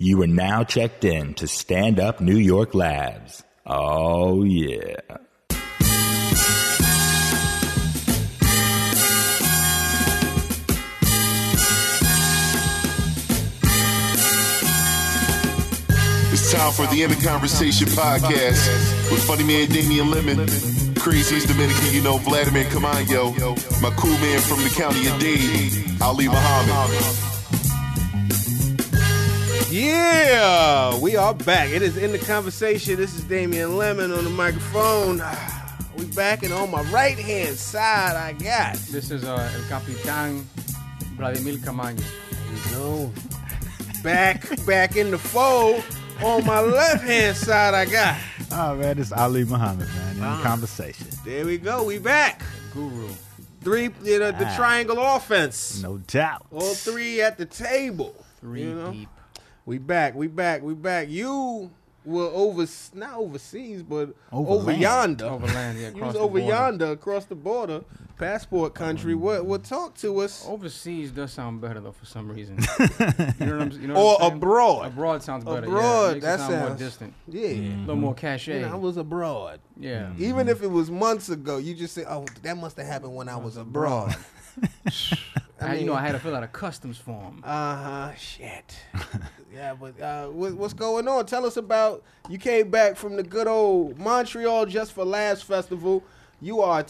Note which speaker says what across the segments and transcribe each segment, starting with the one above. Speaker 1: You are now checked in to Stand Up New York Labs. Oh, yeah.
Speaker 2: It's time for the End of Conversation podcast with funny man Damian Lemon, crazy's Dominican, you know, Vladimir Camayo, my cool man from the county of Dade, Ali Muhammad.
Speaker 3: Yeah, we are back. It is in the conversation. This is Damian Lemon on the microphone. Ah, We back and on my right hand side, I got
Speaker 4: This is uh, El Capitán Vladimir Camaño.
Speaker 3: no back back in the fold. On my left hand side, I got.
Speaker 5: Oh man, it's Ali Muhammad, man. In
Speaker 3: Wow.
Speaker 5: the conversation,
Speaker 3: There we go. We back.
Speaker 4: Guru.
Speaker 3: Three, you know, the
Speaker 5: Ah.
Speaker 3: triangle offense.
Speaker 5: no doubt.
Speaker 3: All three at the table.
Speaker 4: Three
Speaker 3: you know?
Speaker 4: deep.
Speaker 3: We back, we back, we back. You were over, not overseas, but
Speaker 5: Over
Speaker 3: over
Speaker 5: land.
Speaker 3: yonder.
Speaker 4: Overland, yeah,
Speaker 3: You
Speaker 4: across
Speaker 3: was
Speaker 4: the
Speaker 3: over
Speaker 4: border. Mm-hmm.
Speaker 3: yonder, across the border, passport country. What? What? Talk to us.
Speaker 4: Oh, Overseas does sound better though for some reason. you know what I'm, you know
Speaker 3: Or
Speaker 4: what I'm saying?
Speaker 3: abroad.
Speaker 4: Abroad sounds better. yeah. It
Speaker 3: abroad.
Speaker 4: makes it
Speaker 3: that
Speaker 4: sound
Speaker 3: sounds
Speaker 4: more distant. Mm-hmm.
Speaker 3: Yeah.
Speaker 4: A little more cachet.
Speaker 3: Man, I Mm-hmm. was abroad.
Speaker 4: yeah.
Speaker 3: Even if it was months ago, you just say, "Oh, that must have happened when I was abroad."
Speaker 4: I, you know, I had to fill out a customs form.
Speaker 3: Uh huh. Shit. yeah, but uh, what, what's going on? Tell us about. You came back from the good old Montreal Just for Laughs Festival. You are a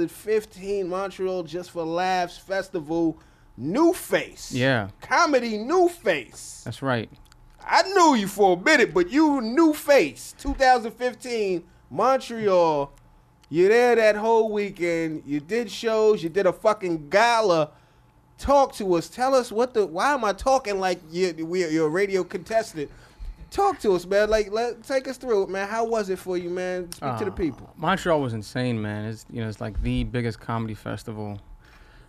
Speaker 3: 2015 Montreal Just for Laughs Festival new face.
Speaker 4: Yeah.
Speaker 3: Comedy new face.
Speaker 4: That's right.
Speaker 3: I knew you for a minute, but you new face. 2015 Montreal. You're there that whole weekend. You did shows. You did a fucking gala. Talk to us. Tell us what the. Why am I talking like you, we, you're a radio contestant? Talk to us, man. Like, let take us through it, man. How was it for you, man? Speak to the
Speaker 4: Uh,
Speaker 3: people.
Speaker 4: Montreal was insane, man. It's you know, it's like the biggest comedy festival.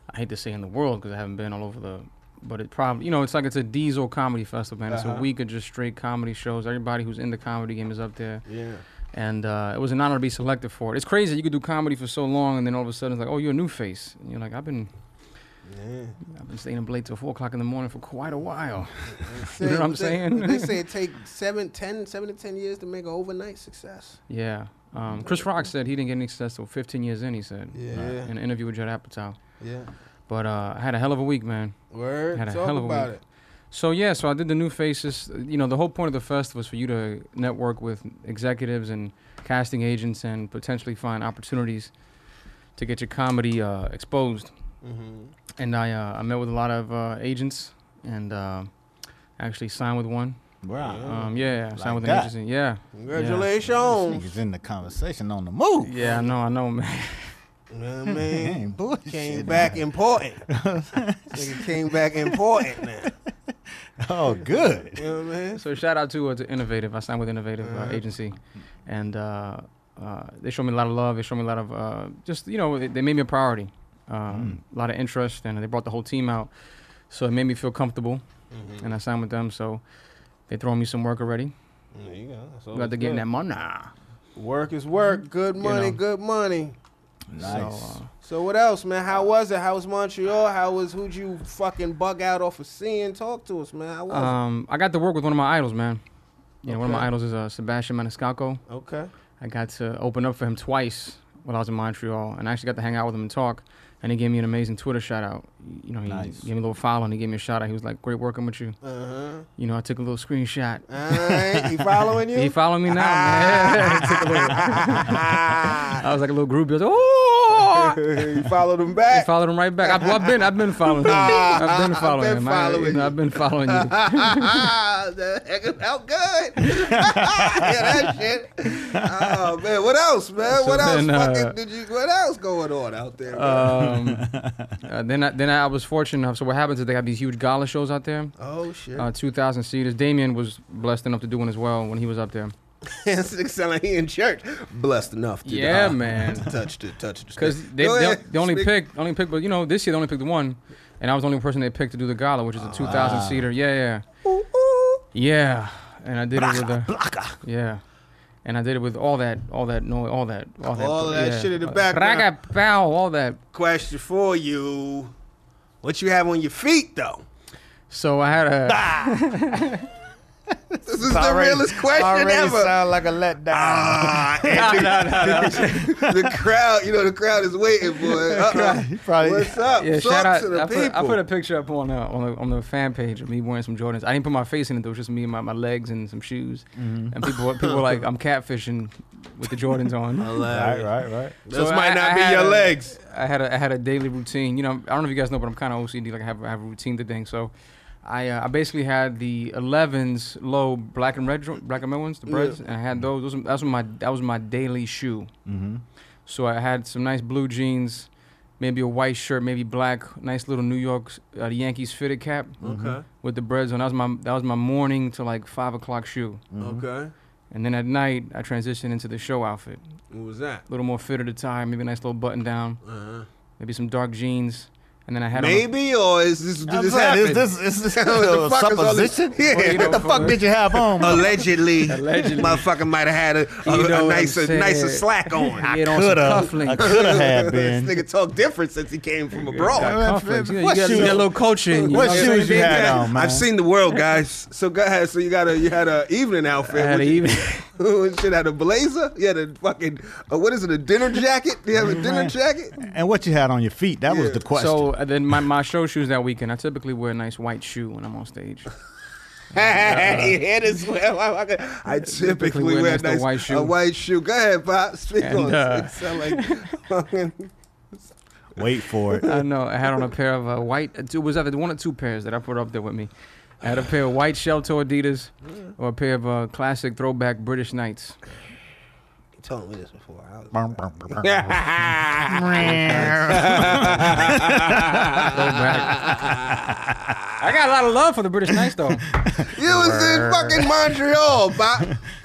Speaker 4: I hate to say in the world because I haven't been all over the, but it probably you know it's like it's a diesel comedy festival, man. It's
Speaker 3: Uh-huh.
Speaker 4: a week of just straight comedy shows. Everybody who's in the comedy game is up there.
Speaker 3: Yeah.
Speaker 4: and uh, it was an honor to be selected for it. It's crazy you could do comedy for so long, and then all of a sudden it's like, oh, you're a new face, and you're like, I've been, I've been staying up late till four o'clock in the morning for quite a while. You know what I'm saying?
Speaker 3: They, say it take seven, ten, seven to ten years to make an overnight success.
Speaker 4: yeah. Um, Chris Rock said he didn't get any success till 15 years in. He said,
Speaker 3: Yeah.
Speaker 4: in an interview with Judd Apatow.
Speaker 3: Yeah.
Speaker 4: But uh, I had a hell of a week, man.
Speaker 3: Word.
Speaker 4: Had a
Speaker 3: Talk
Speaker 4: hell of a
Speaker 3: about
Speaker 4: week.
Speaker 3: it.
Speaker 4: So yeah, so I did the new faces. You know, the whole point of the festival is for you to network with executives and casting agents and potentially find opportunities to get your comedy uh, exposed. And I uh, I met with a lot of uh, agents and uh, actually signed with one.
Speaker 5: Wow.
Speaker 4: Um, yeah, I
Speaker 5: Oh, Like
Speaker 4: signed with
Speaker 5: that.
Speaker 4: an agency. Yeah,
Speaker 3: Congratulations.
Speaker 5: Niggas in the conversation on the move.
Speaker 4: yeah, I know, I know, man.
Speaker 3: You know what I mean?
Speaker 5: Ain't bullshit.
Speaker 3: Came back important. Nigga came back important now.
Speaker 5: Oh, good.
Speaker 3: You know what I mean?
Speaker 4: So shout out to uh, to Innovative. I signed with Innovative uh,
Speaker 3: Uh-huh.
Speaker 4: Agency, and uh, uh, they showed me a lot of love. They showed me a lot of uh, just you know they, they made me a priority,
Speaker 3: Mm.
Speaker 4: um, a lot of interest, and they brought the whole team out. So it made me feel comfortable,
Speaker 3: Mm-hmm.
Speaker 4: and I signed with them. So they throwing me some work already.
Speaker 3: There you go. Oh, That's
Speaker 4: Got
Speaker 3: always
Speaker 4: to get
Speaker 3: good.
Speaker 4: that money.
Speaker 3: Work is work. Good money,
Speaker 4: know.
Speaker 3: good money.
Speaker 5: Nice.
Speaker 4: So, uh,
Speaker 3: So what else, man? How was it? How was Montreal? How was who'd you fucking bug out off of seeing? Talk to us, man. How was
Speaker 4: um, I got to work with one of my idols, man. You know, one of
Speaker 3: Okay.
Speaker 4: my idols is uh, Sebastian Maniscalco.
Speaker 3: it? Okay.
Speaker 4: I got to open up for him twice while I was in Montreal, and I actually got to hang out with him and talk. And he gave me an amazing Twitter shout out. You know, he
Speaker 5: Nice.
Speaker 4: gave me a little follow and he gave me a shout out. He was like, "Great working with you."
Speaker 3: Uh-huh.
Speaker 4: You know, I took a little screenshot.
Speaker 3: Alright. He following you?
Speaker 4: He followed me now, man. I, took a little- I was like a little group. He was like, "Oh!"
Speaker 3: you followed him
Speaker 4: He
Speaker 3: back.
Speaker 4: followed him right back. I've, well, I've been, I've been following him. I've been following
Speaker 3: been
Speaker 4: him.
Speaker 3: following
Speaker 4: I, you know,
Speaker 3: you.
Speaker 4: I've been following you.
Speaker 3: that heck out good. yeah, that shit. Oh man, what else, man?
Speaker 4: So
Speaker 3: what else?
Speaker 4: then, uh,
Speaker 3: fucking did you? What else going on out there? Man?
Speaker 4: Um, uh, then, I, then I was fortunate enough. So what happens is they have these huge gala shows out there.
Speaker 3: oh shit!
Speaker 4: uh, 2,000 seaters. Damien was blessed enough to do one as well when he was up there.
Speaker 3: it sound like he in church. Blessed enough to
Speaker 4: Yeah,
Speaker 3: uh,
Speaker 4: man.
Speaker 3: to touch the touch the.
Speaker 4: Because
Speaker 3: stick.
Speaker 4: they,
Speaker 3: Go
Speaker 4: they,
Speaker 3: ahead.
Speaker 4: they only
Speaker 3: Speak.
Speaker 4: picked, only picked, but you know, this year they only picked one, and I was the only person they picked to do the gala, which is a 2,000
Speaker 3: Ah.
Speaker 4: seater. Yeah, yeah,
Speaker 3: Ooh, ooh.
Speaker 4: yeah. And I did it with the, yeah, and I did it with all that, all that noise, all that, all that,
Speaker 3: All that
Speaker 4: yeah.
Speaker 3: shit in the
Speaker 4: Uh,
Speaker 3: background.
Speaker 4: raga, pow, all that.
Speaker 3: Question for you: What you have on your feet though?
Speaker 4: So I had a,
Speaker 3: This is the realest question
Speaker 5: already
Speaker 3: ever.
Speaker 5: sound like a letdown.
Speaker 3: Ah, and the, the crowd, you know, the crowd is waiting for it. Uh-uh.
Speaker 5: He probably-
Speaker 3: What's up?
Speaker 4: Yeah,
Speaker 3: Talk
Speaker 4: shout out.
Speaker 3: to the
Speaker 4: I,
Speaker 3: people.
Speaker 4: put, I put a picture up on the, on the on the fan page of me wearing some Jordans. I didn't put my face in it though; it was just me and my, my legs and some shoes.
Speaker 3: Mm-hmm.
Speaker 4: And people were- people were like, "I'm catfishing with the Jordans on."
Speaker 5: Right, right, right.
Speaker 3: Those
Speaker 4: So
Speaker 3: might
Speaker 4: I-
Speaker 3: not
Speaker 4: I
Speaker 3: be
Speaker 4: had
Speaker 3: your
Speaker 4: a-
Speaker 3: legs.
Speaker 4: I had a I had a daily routine. You know, I don't know if you guys know, but I'm kind of OCD. Like I have I have a routine to thing. So, I uh, I basically had the 11s low black and red jo- black and red ones, the breads, and I had those. Those that's my that was my daily shoe.
Speaker 5: Mm-hmm.
Speaker 4: So I had some nice blue jeans, maybe a white shirt, maybe black, nice little New York uh, Yankees fitted cap
Speaker 3: Okay.
Speaker 4: with the breads on. That was my that was my morning to like five o'clock shoe.
Speaker 3: Mm. Okay.
Speaker 4: And then at night I transitioned into the show outfit.
Speaker 3: What was that?
Speaker 4: A little more fitted attire, maybe a nice little button down,
Speaker 3: Uh-huh.
Speaker 4: maybe some dark jeans. And then I had on a-
Speaker 3: Maybe or is this did this happen?
Speaker 5: is this is this
Speaker 3: What the fuck is all this-
Speaker 5: supposition?
Speaker 3: Yeah.
Speaker 5: What,
Speaker 3: You know,
Speaker 5: the fuck did you have on? bro?
Speaker 3: Allegedly,
Speaker 4: Allegedly.
Speaker 3: motherfucker might have had a,
Speaker 4: You know
Speaker 3: a, a
Speaker 4: what I'm
Speaker 3: nicer,
Speaker 4: saying.
Speaker 3: nicer slack on.
Speaker 4: I had on some
Speaker 5: Coulda, I
Speaker 4: cufflinks.
Speaker 5: coulda have been.
Speaker 3: this nigga talk different since he came from
Speaker 4: Got
Speaker 3: abroad.
Speaker 4: cufflinks. You, know, you
Speaker 5: What
Speaker 4: got, you
Speaker 5: shoes-
Speaker 4: got a little culture in you.
Speaker 5: what
Speaker 4: you know I'm
Speaker 5: shoes
Speaker 4: saying?
Speaker 5: you had on, man?
Speaker 3: I've seen the world, guys. So go ahead. So you got a you had a evening outfit.
Speaker 4: I had
Speaker 3: What
Speaker 4: an
Speaker 3: you-
Speaker 4: even.
Speaker 3: shit had a blazer. You had a fucking uh, what is it? A dinner jacket? Do you have a dinner jacket?
Speaker 5: and what you had on your feet? That was
Speaker 3: Yeah.
Speaker 5: the question.
Speaker 4: So uh, then my, my show shoes that weekend. I typically wear a nice white shoe when I'm on stage.
Speaker 3: Hey, it is well. I, I, I typically wear, a, nice,
Speaker 4: white shoe.
Speaker 3: a white shoe. Go ahead, Pop. Speak
Speaker 4: And,
Speaker 3: on
Speaker 4: uh,
Speaker 3: it. It sound like fucking
Speaker 5: Wait for it.
Speaker 4: I know. I had on a pair of uh, white. uh, Two, was either one or two pairs that I put up there with me. I had a pair of white shell toe Adidas or a pair of uh, classic throwback British Knights.
Speaker 3: You told me this before. I was-
Speaker 4: Throwback. I got a lot of love for the British Knights though.
Speaker 3: you was in fucking Montreal, Pop.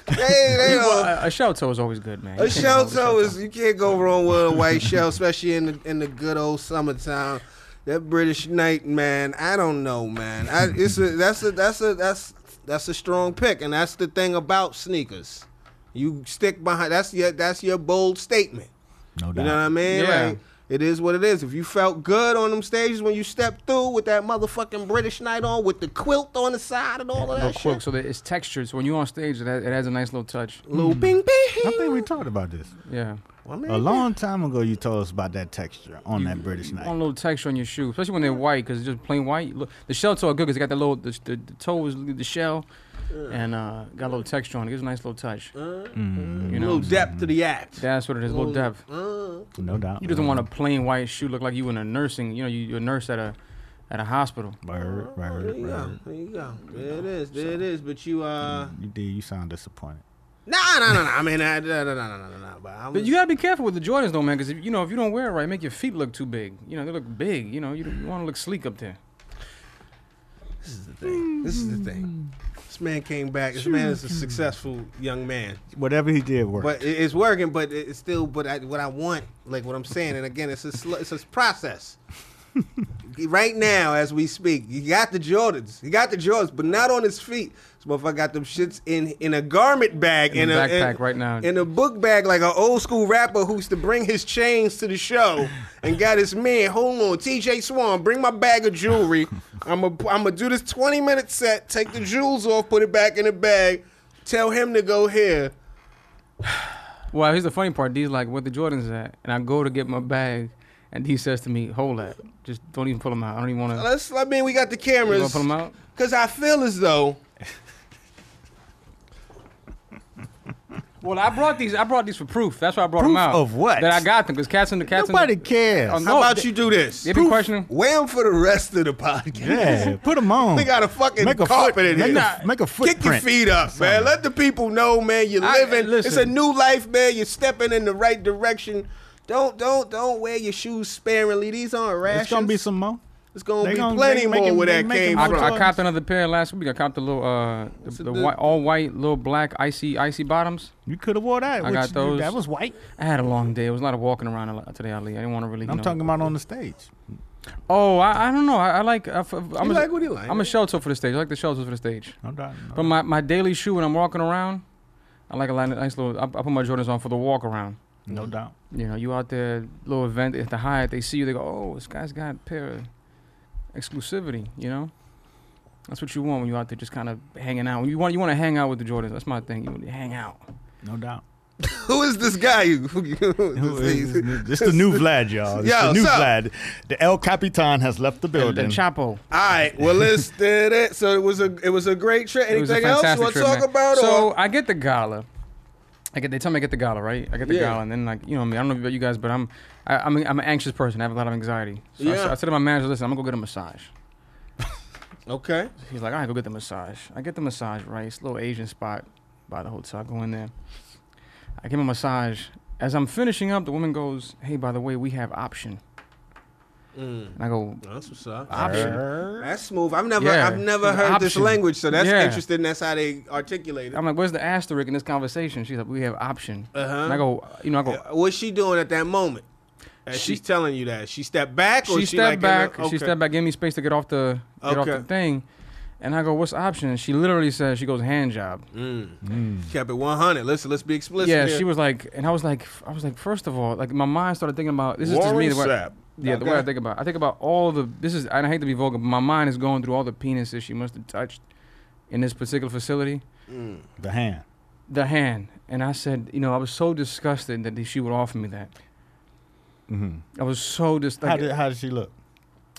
Speaker 3: They, they don't-
Speaker 4: uh, a, a shell toe is always good, man.
Speaker 3: A
Speaker 4: You can't
Speaker 3: shell
Speaker 4: go wrong with
Speaker 3: toe is you can't go wrong with a white shell, especially in the in the good old summertime. That British night, man. I don't know, man. I, it's a, that's a that's a that's that's a strong pick, and that's the thing about sneakers. You stick behind. That's your that's your bold statement.
Speaker 5: No
Speaker 3: You know what
Speaker 5: doubt.
Speaker 3: I mean?
Speaker 4: Yeah.
Speaker 3: Like, it is what it is. If you felt good on them stages when you stepped through with that motherfucking British night on, with the quilt on the side and all of
Speaker 4: Real
Speaker 3: that
Speaker 4: quick,
Speaker 3: shit,
Speaker 4: so that it's textured. So when you're on stage, it has, it has a nice little touch.
Speaker 3: little bing bing.
Speaker 5: Mm. I think we talked about this
Speaker 4: Yeah,
Speaker 3: I mean,
Speaker 5: a long time ago. You told us about that texture on that British
Speaker 4: you want a
Speaker 5: night.
Speaker 4: little texture on your shoe, especially when they're white, because just plain white. Look, the shell toe are good because they got the little the, the, the toe is the shell, and uh, got a little texture on it. Gives a nice little touch. You know,
Speaker 3: Uh, little uh, depth to the act.
Speaker 4: that's what it is. A little depth.
Speaker 5: No doubt.
Speaker 4: You doesn't want a plain white shoe look like you in a nursing. You know, you, you're a nurse at a at a hospital.
Speaker 5: Bird,
Speaker 3: There
Speaker 5: bird,
Speaker 3: you go.
Speaker 5: bird.
Speaker 3: There you go. There it is. There it is. But you, uh,
Speaker 5: You did. You sound disappointed.
Speaker 3: no, no, no, no. I mean, I- no, no, no, no, no, no. But I'm.
Speaker 4: But you gotta be careful with the Jordans, though, man, because you know if you don't wear it right, make your feet look too big. You know, they look big. You know, you, you want to look sleek up there.
Speaker 3: this is the thing. This is the thing. This man came back. This man is a successful young man.
Speaker 5: Whatever he did worked.
Speaker 3: But it- it's working. But it- it's still. But I, what I want, like what I'm saying, and again, it's a sl- it's a process. right now, as we speak, you got the Jordans. He got the Jordans, but not on his feet. This motherfucker got them shits in in a garment bag
Speaker 4: In
Speaker 3: in,
Speaker 4: a
Speaker 3: a in-
Speaker 4: backpack right now.
Speaker 3: in a book bag like an old school rapper who used to bring his chains to the show and got his man. Hold on, T.J. Swan, bring my bag of jewelry. I'm going I'm to do this 20 minute set. Take the jewels off, put it back in the bag. Tell him to go here.
Speaker 4: Well, here's the funny part. D's like, where the Jordans at? And I go to get my bag, and D says to me, hold that. Just don't even pull them out. I don't even want to.
Speaker 3: Let's. I mean, we got the
Speaker 4: You gonna
Speaker 3: cameras.
Speaker 4: pull them out?
Speaker 3: Cause I feel as though
Speaker 4: Well, I brought these. I brought these for proof. That's why I brought
Speaker 5: Proof
Speaker 4: them out.
Speaker 5: of what?
Speaker 4: That I got them because cats in the cats. in
Speaker 5: Nobody
Speaker 4: the,
Speaker 5: cares.
Speaker 4: Oh, no.
Speaker 3: how about
Speaker 4: they-
Speaker 3: you do this?
Speaker 4: They been questioning.
Speaker 3: Wham for the rest of the podcast.
Speaker 5: Yeah, put them on.
Speaker 3: We got a fucking
Speaker 5: Make a
Speaker 3: carpet
Speaker 5: foot-
Speaker 3: in
Speaker 5: make
Speaker 3: here.
Speaker 5: a- make a
Speaker 3: Kick your
Speaker 5: footprint.
Speaker 3: feet up, man. Let the people know, man. You're
Speaker 4: I-
Speaker 3: living.
Speaker 4: listen.
Speaker 3: It's a new life, man. You're stepping in the right direction. Don't don't don't wear your shoes sparingly. These aren't rashes.
Speaker 5: It's gonna be some more.
Speaker 3: It's gonna
Speaker 5: they
Speaker 3: be
Speaker 5: gonna-
Speaker 3: plenty
Speaker 5: they make
Speaker 3: more
Speaker 5: it-
Speaker 3: where
Speaker 5: they
Speaker 3: that
Speaker 5: make it
Speaker 3: came
Speaker 4: I,
Speaker 5: more
Speaker 3: from.
Speaker 5: Jordans.
Speaker 4: I copped another pair last week. I copped the little, uh, the, the
Speaker 3: the-
Speaker 4: white, all white, little black, icy, icy bottoms.
Speaker 5: You could have wore that.
Speaker 4: I
Speaker 5: which
Speaker 4: got those.
Speaker 5: That was white.
Speaker 4: I had a long day. It was a lot of walking around a lot today, Ali. I didn't want to really. you
Speaker 5: I'm
Speaker 4: know-
Speaker 5: talking about on the stage.
Speaker 4: Oh, I, I don't know. I, I like. I, am
Speaker 3: You like what you like.
Speaker 4: I'm a shelter for the stage. I like the shelters for the stage.
Speaker 5: No doubt. no
Speaker 4: But my, my daily shoe when I'm walking around, I like a lot of nice little. I, I put my Jordans on for the walk around.
Speaker 5: No doubt.
Speaker 4: You know, you out there, little event at the Hyatt, they see you, they go, oh, this guy's got a pair of exclusivity, you know? That's what you want when you're out there just kind of hanging out. When you want you want to hang out with the Jordans. That's my thing. You want to hang out.
Speaker 5: No doubt.
Speaker 3: Who is this guy? Who, who,
Speaker 5: Who is
Speaker 3: this-
Speaker 5: this This the new Vlad, y'all. This
Speaker 3: Yo,
Speaker 5: the new
Speaker 3: sup?
Speaker 5: Vlad. The El Capitan has left the
Speaker 4: The, the
Speaker 5: building.
Speaker 4: Chapo.
Speaker 3: All right, well, let's did it. So it was a it was a great trip.
Speaker 4: It was a
Speaker 3: Anything else you
Speaker 4: fantastic
Speaker 3: want to
Speaker 4: trip,
Speaker 3: talk
Speaker 4: man.
Speaker 3: about?
Speaker 4: So
Speaker 3: or?
Speaker 4: I get the gala. I get. They tell me I get the gala, right? I get the
Speaker 3: Yeah.
Speaker 4: gala, and then like you know, I, mean, I don't know about you guys, but I'm, I, I'm, I'm an anxious person. I have a lot of anxiety. So I,
Speaker 3: Yeah.
Speaker 4: s- I said to my manager, "Listen, I'm gonna go get a massage."
Speaker 3: okay,
Speaker 4: He's like, all right, go get the massage. I get the massage, right? It's a little Asian spot by the hotel. I go in there. I give him a massage. As I'm finishing up, the woman goes, hey, by the way, we have option.
Speaker 3: Mm.
Speaker 4: And I go,
Speaker 3: that's what's up.
Speaker 4: option?
Speaker 3: That's smooth. I've never
Speaker 4: Yeah.
Speaker 3: I've never
Speaker 4: It's an
Speaker 3: heard this
Speaker 4: option.
Speaker 3: language, so that's
Speaker 4: Yeah.
Speaker 3: interesting. That's how they articulate it.
Speaker 4: I'm like, where's the asterisk in this conversation? She's like, we have option.
Speaker 3: Uh-huh.
Speaker 4: And I go, you know, I go,
Speaker 3: What's she doing at that moment? As
Speaker 4: She-
Speaker 3: she's telling you that she stepped back. Or
Speaker 4: she
Speaker 3: Oh, she
Speaker 4: stepped
Speaker 3: like in
Speaker 4: back.
Speaker 3: the-
Speaker 4: She
Speaker 3: okay.
Speaker 4: stepped back, gave me space to get off the get off the
Speaker 3: Okay.
Speaker 4: thing. And I go, what's option? And she literally says, she goes, hand job.
Speaker 3: Kept it one hundred. Listen, let's be explicit.
Speaker 4: yeah,
Speaker 3: here.
Speaker 4: she was like, and I was like, I was like, first of all, like my mind started thinking about this is just me.
Speaker 5: Warren
Speaker 4: The way,
Speaker 5: Sapp.
Speaker 4: Yeah, the way I
Speaker 3: Okay.
Speaker 4: think about, it. I think about all the. This is, and I hate to be vulgar, but my mind is going through all the penises she must have touched in this particular facility,
Speaker 5: The hand.
Speaker 4: the hand, and I said, you know, I was so disgusted that she would offer me that. I was so dis.
Speaker 5: Mm-hmm. How
Speaker 4: Like,
Speaker 5: did how did she look?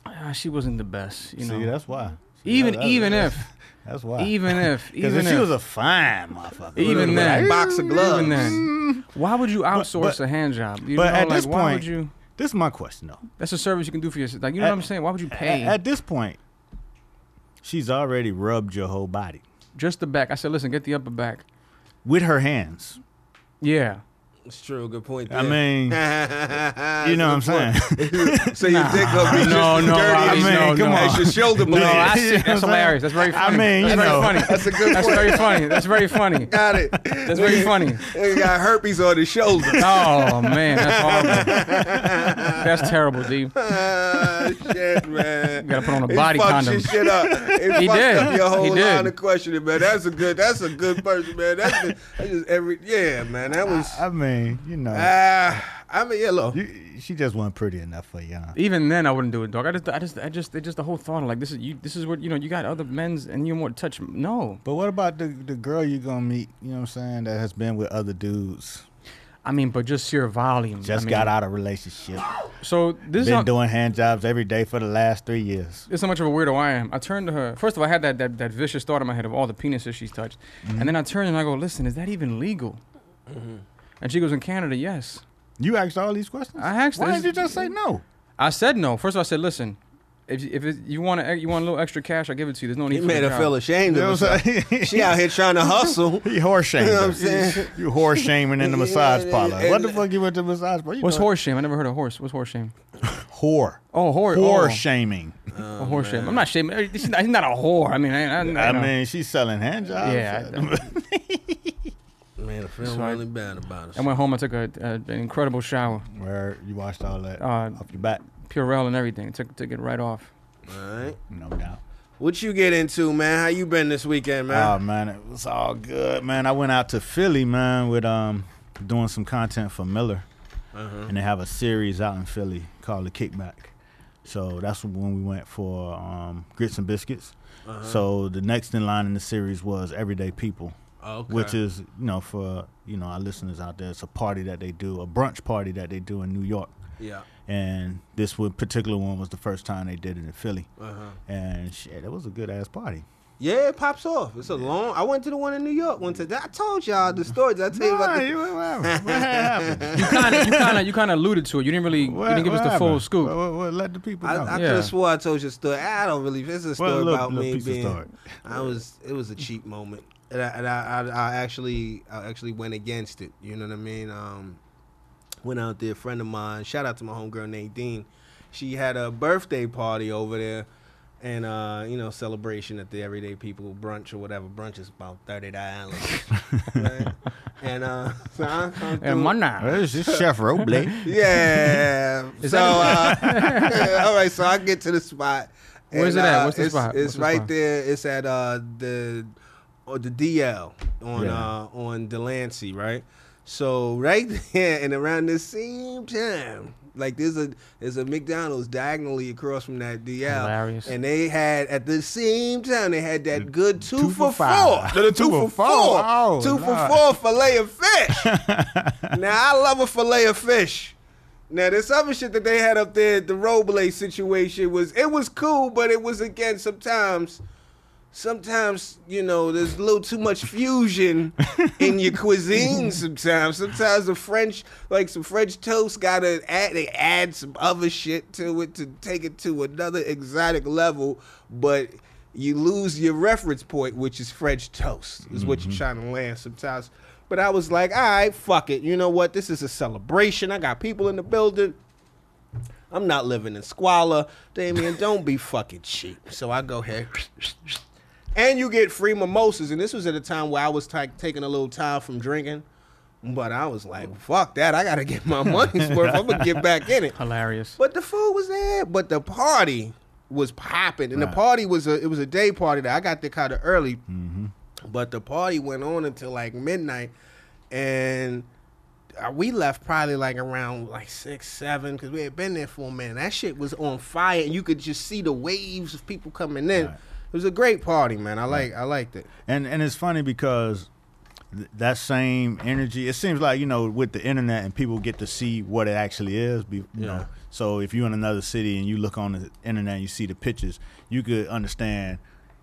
Speaker 4: ah, she wasn't the best, you know.
Speaker 5: See, that's why. See,
Speaker 4: even
Speaker 5: that- that-
Speaker 4: even if
Speaker 5: that's why.
Speaker 4: even if
Speaker 5: because
Speaker 4: even
Speaker 5: if
Speaker 4: if
Speaker 5: she was a fine motherfucker,
Speaker 4: Even
Speaker 5: would've been
Speaker 4: then.
Speaker 5: like,
Speaker 3: box of gloves.
Speaker 4: even then, why would you outsource
Speaker 5: but-
Speaker 4: a hand job? You
Speaker 5: but
Speaker 4: know,
Speaker 5: at
Speaker 4: like,
Speaker 5: this
Speaker 4: why
Speaker 5: point,
Speaker 4: would you?
Speaker 5: this is my question though.
Speaker 4: That's a service you can do for yourself. Like you know
Speaker 5: At-
Speaker 4: what I'm saying? Why would you
Speaker 5: A-
Speaker 4: pay
Speaker 5: At this point, she's already rubbed your whole body
Speaker 4: just the back? I said, listen, get the upper back.
Speaker 5: with her hands.
Speaker 4: Yeah.
Speaker 3: It's true. Good point.
Speaker 5: I mean,
Speaker 3: mean,
Speaker 5: you know what I'm saying?
Speaker 3: So your dick gonna be just
Speaker 4: No,
Speaker 3: as
Speaker 4: no,
Speaker 3: dirty
Speaker 4: I
Speaker 3: as,
Speaker 4: mean,
Speaker 3: your-
Speaker 4: come
Speaker 3: as
Speaker 5: on.
Speaker 3: your shoulder blade.
Speaker 4: No, I see.
Speaker 5: You know
Speaker 4: That's
Speaker 5: what I'm saying?
Speaker 4: hilarious. That's very
Speaker 5: I
Speaker 4: funny.
Speaker 5: mean, you
Speaker 4: that's
Speaker 5: know.
Speaker 4: very funny.
Speaker 3: That's a good
Speaker 4: That's
Speaker 3: point.
Speaker 4: very funny. That's very funny.
Speaker 3: Got it.
Speaker 4: That's very funny.
Speaker 3: He got herpes on his shoulder.
Speaker 4: Oh man, that's horrible. That's terrible, D.
Speaker 3: Ah, shit, man.
Speaker 4: Gotta put on a
Speaker 3: He
Speaker 4: body
Speaker 3: fucked
Speaker 4: condom.
Speaker 3: Your shit up. It
Speaker 4: He
Speaker 3: fucked
Speaker 4: did.
Speaker 3: Up your whole
Speaker 4: He did.
Speaker 3: line of questioning, man. That's a good. That's a good person, man. That's, the- that's just every. Yeah, man. That was.
Speaker 5: I mean, you
Speaker 4: uh,
Speaker 5: know,
Speaker 3: Ah, I mean, yeah, look.
Speaker 5: you, she just wasn't pretty enough for you. huh?
Speaker 4: Even then, I wouldn't do it, dog. I just, I just, I just, it just the whole thought of like this is you. This is what you know. You got other men's, and you want to touch. No,
Speaker 5: But what about the the girl you gonna meet? You know what I'm saying? That has been with other dudes,
Speaker 4: I mean, but just sheer volume.
Speaker 5: just
Speaker 4: I mean,
Speaker 5: got out of relationship,
Speaker 4: So this is
Speaker 5: been
Speaker 4: not,
Speaker 5: doing hand jobs every day for the last three years.
Speaker 4: It's how much of a weirdo I am. I turned to her. First of all, I had that, that, that vicious thought in my head of all the penises she's touched. And then I turned and I go, listen, is that even legal? And she goes, in Canada, yes.
Speaker 5: You asked all these questions.
Speaker 4: I asked
Speaker 5: Why
Speaker 4: her,
Speaker 5: did
Speaker 4: is-
Speaker 5: you just say no?
Speaker 4: I said no. First of all, I said, listen, if, if it, you want to, you want a little extra cash, I give it to you. There's no need
Speaker 3: He
Speaker 4: for
Speaker 3: made
Speaker 4: the
Speaker 3: her
Speaker 4: job.
Speaker 3: feel ashamed
Speaker 5: You know
Speaker 3: of
Speaker 5: what I'm
Speaker 3: herself.
Speaker 5: saying?
Speaker 3: She out here trying to hustle.
Speaker 5: He horse shaming.
Speaker 3: You know what I'm
Speaker 5: us.
Speaker 3: saying?
Speaker 5: You horse shaming in the massage
Speaker 3: Yeah,
Speaker 5: parlor.
Speaker 3: and-
Speaker 5: what the fuck you went to the massage parlor? You
Speaker 4: What's
Speaker 5: know-
Speaker 4: horse shame? I never heard of horse. What's horse shame?
Speaker 5: Whore.
Speaker 4: Oh, whore.
Speaker 5: Whore
Speaker 4: oh,
Speaker 5: shaming.
Speaker 4: oh, horse shame. I'm not shaming. uh, She's not, she's not a whore. I mean, I, I, I
Speaker 5: I
Speaker 4: know.
Speaker 5: mean, she's selling hand jobs.
Speaker 4: Yeah,
Speaker 3: Man, I feel
Speaker 4: Sorry.
Speaker 3: really bad about
Speaker 4: I
Speaker 3: it.
Speaker 4: went home. I took a, a, an incredible shower,
Speaker 5: Where you washed all that
Speaker 4: Uh,
Speaker 5: off your back,
Speaker 4: Purell and everything. Took took it right off.
Speaker 3: All right.
Speaker 5: no doubt.
Speaker 3: What you get into, man? How you been this weekend,
Speaker 5: Oh
Speaker 3: man?
Speaker 5: man, it was all good, man. I went out to Philly, man, with um doing some content for Miller,
Speaker 3: Uh-huh.
Speaker 5: and they have a series out in Philly called The Kickback. So that's when we went for um, grits and biscuits.
Speaker 3: Uh-huh.
Speaker 5: So the next in line in the series was Everyday People.
Speaker 4: Um,
Speaker 3: okay.
Speaker 5: which is you know for you know our listeners out there, it's a party that they do, a brunch party that they do in New York,
Speaker 3: yeah.
Speaker 5: and this one particular one was the first time they did it in Philly,
Speaker 3: Uh-huh.
Speaker 5: and shit, it was a good ass party.
Speaker 3: Yeah, it pops off. It's a long. I went to the one in New York one today. I told y'all the stories. I tell you about the.
Speaker 5: what happened?
Speaker 4: You kind of, you kind of, you kind of alluded to it. You didn't really, you didn't give us the full scoop.
Speaker 5: What, what, what, let the people
Speaker 3: I,
Speaker 5: know.
Speaker 3: I
Speaker 4: Yeah.
Speaker 3: could have swore I told you a story. I don't really. It's a story
Speaker 5: Well, a little-
Speaker 3: about
Speaker 5: little
Speaker 3: me
Speaker 5: piece of
Speaker 3: being.
Speaker 5: story.
Speaker 3: I was. It was a cheap moment, and I, and I, I, I actually, I actually went against it. You know what I mean? Um, went out there. A friend of mine. Shout out to my homegirl Nadine. She had a birthday party over there, and uh, you know, celebration at the Everyday People brunch or whatever. Brunch is about thirty dollars. right? And uh, so I come
Speaker 4: And
Speaker 3: through-
Speaker 4: Mana.
Speaker 5: Where's this Chef Roble?
Speaker 3: yeah. so, uh, all right. So I get to the spot.
Speaker 4: Where's
Speaker 3: and,
Speaker 4: it at?
Speaker 3: uh,
Speaker 4: What's the
Speaker 3: it's,
Speaker 4: spot?
Speaker 3: It's
Speaker 4: What's the
Speaker 3: right
Speaker 4: spot?
Speaker 3: there. It's at uh, the or the DL on
Speaker 5: Yeah.
Speaker 3: uh, on Delancey, right? So right there and around the same time, like there's a there's a McDonald's diagonally across from that DL,
Speaker 4: Hilarious. Mm.
Speaker 3: and they had at the same time they had that good two,
Speaker 5: two for
Speaker 3: for
Speaker 5: five.
Speaker 3: four,
Speaker 5: The
Speaker 3: two for four,
Speaker 5: Oh,
Speaker 3: two
Speaker 5: Lord.
Speaker 3: for four fillet of fish. now I love a fillet of fish. Now this other shit that they had up there, the Roble situation was it was cool, but it was again sometimes sometimes you know there's a little too much fusion in your cuisine sometimes sometimes the french like some french toast gotta add they add some other shit to it to take it to another exotic level but you lose your reference point which is french toast is what you're trying to land sometimes but i was like all right fuck it you know what this is a celebration i got people in the building I'm not living in squalor. Damien, don't be fucking cheap. So I go here. And you get free mimosas. And this was at a time where I was ti- taking a little time from drinking. But I was like, fuck that. I got to get my money's worth. I'm going to get back in it.
Speaker 4: Hilarious.
Speaker 3: But the food was there. But the party was popping, and the party was a it was a day party that I got there kind of early, but the party went on until like midnight, and uh, we left probably like around like six seven because we had been there for a minute. That shit was on fire, and you could just see the waves of people coming in. It was a great party, man. I like I liked it.
Speaker 5: And and it's funny because th- that same energy. It seems like you know with the internet and people get to see what it actually is. Be, you know, so if you're in another city and you look on the internet, and you see the pictures, you could understand